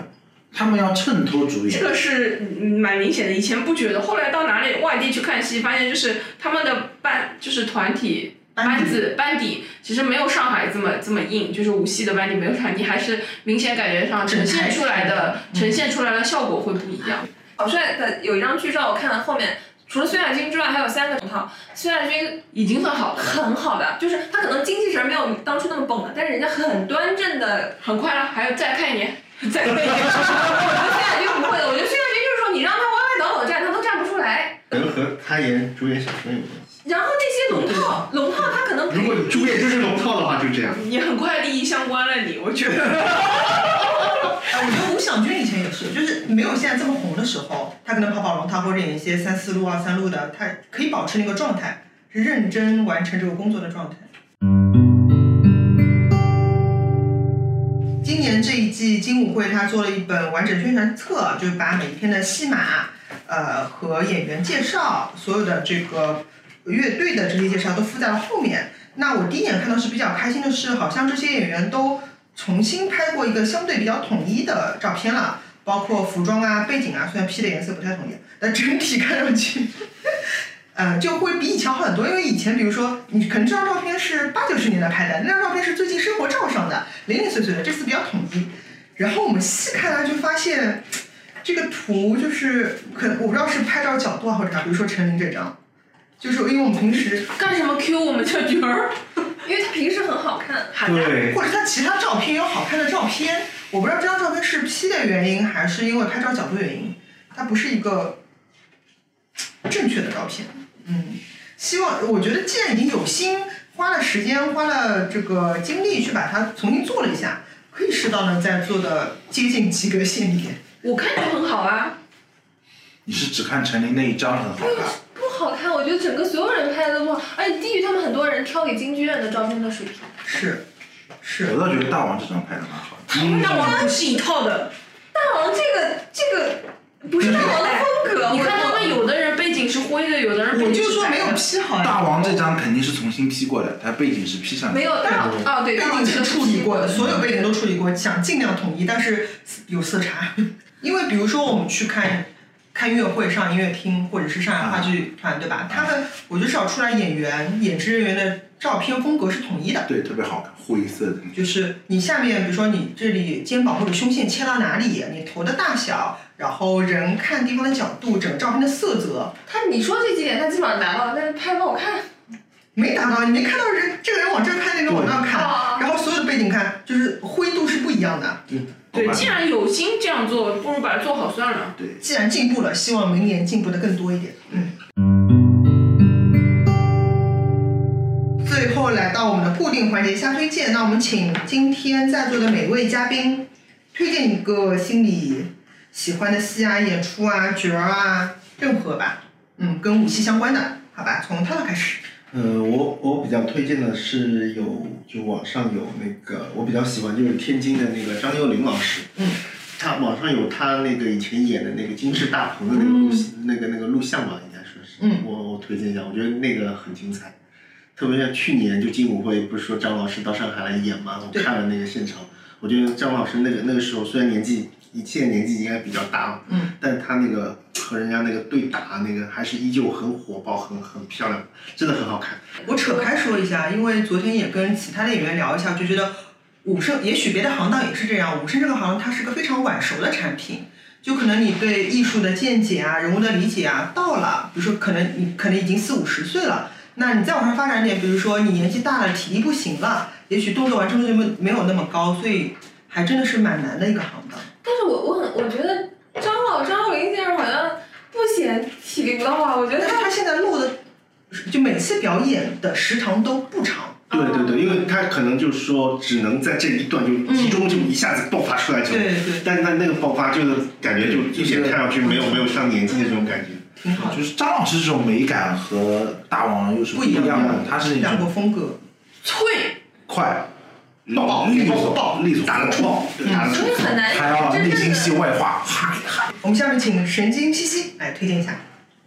[SPEAKER 2] 他们要衬托主
[SPEAKER 4] 这
[SPEAKER 2] 演。
[SPEAKER 4] 个是嗯蛮明显的，以前不觉得，后来到哪里外地去看戏，发现就是他们的班就是团体。班
[SPEAKER 1] 底
[SPEAKER 4] 子班底其实没有上海这么这么硬，就是无锡的班底没有上海，你还是明显感觉上呈现出来的呈现出来的效果会不一样。
[SPEAKER 3] 郝帅的有一张剧照，我看了后面，除了孙亚军之外，还有三个同套。孙亚军
[SPEAKER 4] 已经算好的了，
[SPEAKER 3] 很好的，就是他可能精气神儿没有当初那么蹦了，但是人家很端正的，
[SPEAKER 4] 很快了，还有再看一年。在那边
[SPEAKER 3] 我觉得薛亚军不会的，我觉得薛亚军就是说你让他歪歪倒倒站，他都站不出来。
[SPEAKER 5] 可能和他演主演小说有关系。
[SPEAKER 3] 然后这些龙套，龙套他可能
[SPEAKER 5] 如果主演就是龙套的话，就这 样。
[SPEAKER 4] 你很快利益相关了，你我觉得。
[SPEAKER 1] 哎，我觉得吴响军以前也是，就是没有现在这么红的时候，他可能跑跑龙套或者演一些三四路啊、三路的，他可以保持那个状态，是认真完成这个工作的状态。今年这一季金舞会，他做了一本完整宣传册，就是把每一篇的戏码、呃和演员介绍，所有的这个乐队的这些介绍都附在了后面。那我第一眼看到是比较开心的是，好像这些演员都重新拍过一个相对比较统一的照片了，包括服装啊、背景啊，虽然 P 的颜色不太统一，但整体看上去，呃，就会比以前好很多。因为以前，比如说你可能这张照片是八九十年代拍的，那张照片是最近生活照上的，零零碎碎的，这次比较统一。然后我们细看啊，就发现这个图就是可能我不知道是拍照角度啊或者啥，比如说陈琳这张，就是因为我们平时
[SPEAKER 4] 干什么 Q 我们这角儿？
[SPEAKER 3] 因为他平时很好看，
[SPEAKER 5] 对，
[SPEAKER 1] 或者他其他照片有好看的照片，我不知道这张照片是 P 的原因，还是因为拍照角度原因，它不是一个正确的照片。嗯，希望我觉得既然已经有心花了时间，花了这个精力去把它重新做了一下，可以适当的再做的接近及格线一点。
[SPEAKER 4] 我看着很好啊，
[SPEAKER 2] 你是只看陈琳那一张很好看，
[SPEAKER 3] 不好看。我觉得整个所有人拍的都不好，而且低于他们很多人挑给京剧院的照片的水平。
[SPEAKER 1] 是，是，
[SPEAKER 2] 我倒觉得大王这张拍的蛮好的。
[SPEAKER 4] 大
[SPEAKER 1] 嗯
[SPEAKER 4] 王不是一套的。
[SPEAKER 3] 大王这个这个不是大王的风格，
[SPEAKER 4] 你
[SPEAKER 3] 我
[SPEAKER 4] 看他们有的人背景是灰的，有的人
[SPEAKER 1] 嗯我
[SPEAKER 4] 背景
[SPEAKER 1] 就是说
[SPEAKER 4] 白
[SPEAKER 1] 没有
[SPEAKER 4] 的。
[SPEAKER 1] P 好呀，
[SPEAKER 2] 大王这张肯定是重新 P 过的，它背景是 P 上的。
[SPEAKER 3] 没有大王啊，对，
[SPEAKER 1] 背
[SPEAKER 3] 大王
[SPEAKER 1] 景
[SPEAKER 3] 这
[SPEAKER 1] 是
[SPEAKER 3] 个
[SPEAKER 1] 处理过的，所有背景都处理过，想尽量统一，但是有色差。 因为比如说我们去看看音乐会、上音乐厅，或者是上话剧团，对吧？他们我觉得至少出来演员、演职人员的照片风格是统一的，
[SPEAKER 2] 对，特别好看，灰色的。
[SPEAKER 1] 就是你下面，比如说你这里肩膀或者胸线切到哪里，你头的大小，然后人看地方的角度，整个照片的色泽
[SPEAKER 3] 他你说这几点他基本上达到，但是拍不好看。
[SPEAKER 1] 没达到，你没看到人这个人往这看，那个人往那看，
[SPEAKER 3] 啊，
[SPEAKER 1] 然后所有的背景看就是灰度是不一样的。
[SPEAKER 4] 对，
[SPEAKER 2] 好吧
[SPEAKER 4] 既然有心这样做，不如把它做好算了。
[SPEAKER 1] 既然进步了，希望明年进步的更多一点。嗯。最后来到我们的固定环节瞎推荐，那我们请今天在座的每位嘉宾推荐一个心里喜欢的戏啊、演出啊、角儿啊，任何吧，嗯，跟武戏相关的，好吧，从涛涛开始。
[SPEAKER 5] 呃，我我比较推荐的是有，就网上有那个，我比较喜欢就是天津的那个张幼林老师，
[SPEAKER 1] 嗯，
[SPEAKER 5] 他网上有他那个以前演的那个《金翅大鹏》的那个录、那个那个录像吧，应该说是，
[SPEAKER 1] 嗯
[SPEAKER 5] 我我推荐一下，我觉得那个很精彩，特别像去年就金舞会不是说张老师到上海来演嘛，我
[SPEAKER 1] 对
[SPEAKER 5] 看了那个现场，我觉得张老师那个那个时候虽然年纪，现在年纪应该比较大了，
[SPEAKER 1] 嗯，
[SPEAKER 5] 但他那个和人家那个对打啊那个还是依旧很火爆，很很漂亮，真的很好看。
[SPEAKER 1] 我扯开说一下，因为昨天也跟其他的演员聊一下，就觉得武生，也许别的行当也是这样，武生这个行它是个非常晚熟的产品，就可能你对艺术的见解啊、人物的理解啊，到了，比如说可能你可能已经四五十岁了，那你再往上发展点，比如说你年纪大了，体力不行了，也许动作完成度就没没有那么高，所以还真的是蛮难的一个行当。
[SPEAKER 3] 但是我我很我觉得张老张幼林先生好像不显体力不到啊，我觉得
[SPEAKER 1] 但是
[SPEAKER 3] 他
[SPEAKER 1] 他现在录的，就每次表演的时长都不长。
[SPEAKER 5] 对对对，因为他可能就是说只能在这一段就集中就一下子爆发出来就，
[SPEAKER 1] 对对，
[SPEAKER 5] 但但那个爆发就是感觉就一点看上去没有没有上年纪的这种感觉。
[SPEAKER 1] 挺好的，
[SPEAKER 2] 就是张老师这种美感和大王又是
[SPEAKER 1] 不
[SPEAKER 2] 不
[SPEAKER 1] 一
[SPEAKER 2] 一
[SPEAKER 1] 样
[SPEAKER 2] 样
[SPEAKER 1] 的
[SPEAKER 2] 的，他是那
[SPEAKER 1] 两个
[SPEAKER 2] 种
[SPEAKER 1] 风格。
[SPEAKER 4] 脆，
[SPEAKER 2] 快、
[SPEAKER 5] 爆
[SPEAKER 2] 利索、
[SPEAKER 5] 爆
[SPEAKER 2] 利索、
[SPEAKER 5] 打得出爆，嗯打得出
[SPEAKER 3] 所以很难
[SPEAKER 2] 还要
[SPEAKER 3] 真
[SPEAKER 2] 内
[SPEAKER 3] 正
[SPEAKER 2] 心戏
[SPEAKER 3] 的。
[SPEAKER 2] 外化，哈
[SPEAKER 1] 我们下面请神经兮兮来推荐一下。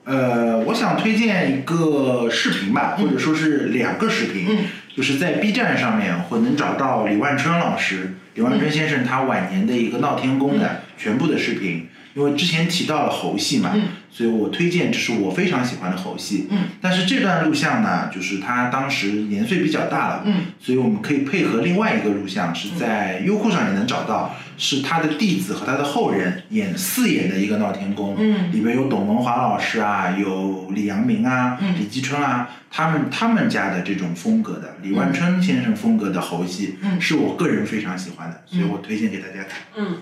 [SPEAKER 2] 呃，我想推荐一个视频吧，或者说是两个视频，
[SPEAKER 1] 嗯
[SPEAKER 2] 就是在 B 站上面会能找到李万春老师、李万春先生他晚年的一个闹天宫
[SPEAKER 1] 嗯
[SPEAKER 2] 的全部的视频。因为之前提到了猴戏嘛，
[SPEAKER 1] 嗯
[SPEAKER 2] 所以我推荐这是我非常喜欢的猴戏。
[SPEAKER 1] 嗯
[SPEAKER 2] 但是这段录像呢，就是他当时年岁比较大了，
[SPEAKER 1] 嗯
[SPEAKER 2] 所以我们可以配合另外一个录像，是在优酷上也能找到，是他的弟子和他的后人演四演的一个闹天宫，
[SPEAKER 1] 嗯
[SPEAKER 2] 里面有董文华老师啊，有李阳明啊，
[SPEAKER 1] 嗯
[SPEAKER 2] 李继春啊，他们他们家的这种风格的李万春先生风格的猴戏，
[SPEAKER 1] 嗯
[SPEAKER 2] 是我个人非常喜欢的，所以我推荐给大家看。
[SPEAKER 4] 嗯，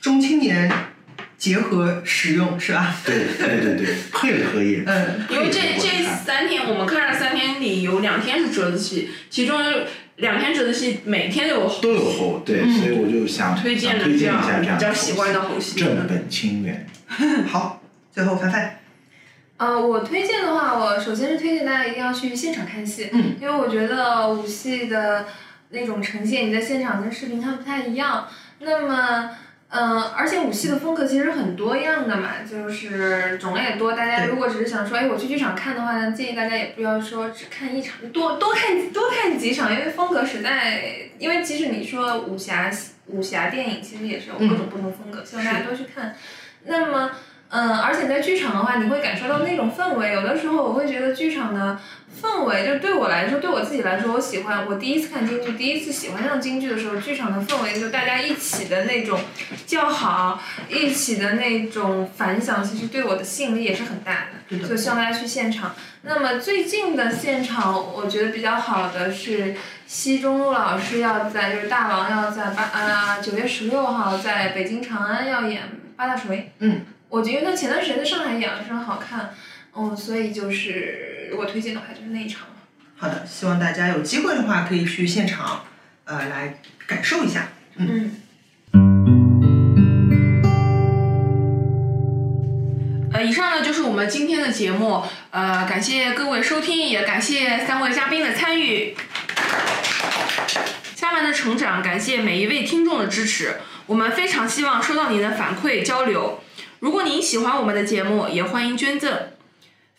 [SPEAKER 1] 中青年结合使用是吧？
[SPEAKER 2] 对对对对，配合演出，
[SPEAKER 1] 嗯，
[SPEAKER 4] 因为这
[SPEAKER 2] 配合
[SPEAKER 4] 这
[SPEAKER 2] 看
[SPEAKER 4] 三天我们看了三天里有两天是折子戏，其中两天折子戏每天都有猴
[SPEAKER 2] 都有猴，对，
[SPEAKER 1] 嗯
[SPEAKER 2] 所以我就想
[SPEAKER 4] 推荐
[SPEAKER 2] 想啊
[SPEAKER 4] 的
[SPEAKER 2] 推
[SPEAKER 4] 比
[SPEAKER 2] 荐
[SPEAKER 4] 较
[SPEAKER 2] 一下这样
[SPEAKER 4] 比较
[SPEAKER 2] 的
[SPEAKER 4] 喜
[SPEAKER 2] 猴
[SPEAKER 4] 欢
[SPEAKER 2] 戏
[SPEAKER 4] 的猴戏。
[SPEAKER 2] 正本清源，
[SPEAKER 1] 好，最后凡凡，
[SPEAKER 3] 呃，我推荐的话，我首先是推荐大家一定要去现场看戏，
[SPEAKER 1] 嗯，
[SPEAKER 3] 因为我觉得舞戏的那种呈现，你在现场跟视频它不太一样。那么，嗯、而且舞戏的风格其实很多样的嘛，就是种类也多。大家
[SPEAKER 1] 对
[SPEAKER 3] 如果只是想说，哎，我去剧场看的话呢，建议大家也不要说只看一场，多多看多看几场，因为风格实在，因为即使你说武侠武侠电影，其实也是有各种不同风格，希望大家多去看。那么。嗯，而且在剧场的话，你会感受到那种氛围。有的时候我会觉得剧场的氛围，就对我来说，对我自己来说，我喜欢。我第一次看京剧，第一次喜欢上京剧的时候，剧场的氛围就大家一起的那种叫好，一起的那种反响，其实对我的吸引力也是很大
[SPEAKER 1] 对
[SPEAKER 3] 的。所以希望大家去现场。那么最近的现场，我觉得比较好的是西中路老师要在，就是大王要在八啊九月十六号在北京长安要演八大锤。我觉得他前段时间在上海演的非常好看，嗯，所以就是如果推荐的话，就是那一场。
[SPEAKER 1] 好的，希望大家有机会的话可以去现场，呃，来感受一下。
[SPEAKER 3] 嗯，
[SPEAKER 4] 呃，以上呢就是我们今天的节目，呃，感谢各位收听，也感谢三位嘉宾的参与。虾丸的成长，感谢每一位听众的支持，我们非常希望收到您的反馈交流。如果您喜欢我们的节目，也欢迎捐赠。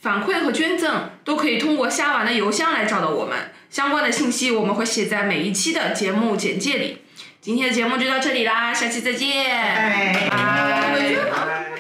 [SPEAKER 4] 反馈和捐赠都可以通过虾丸的邮箱来找到我们，相关的信息我们会写在每一期的节目简
[SPEAKER 1] 哎
[SPEAKER 4] 介里。今天的节目就到这里啦，下期再见，
[SPEAKER 1] 拜
[SPEAKER 4] 拜
[SPEAKER 3] 我觉得
[SPEAKER 1] 拜。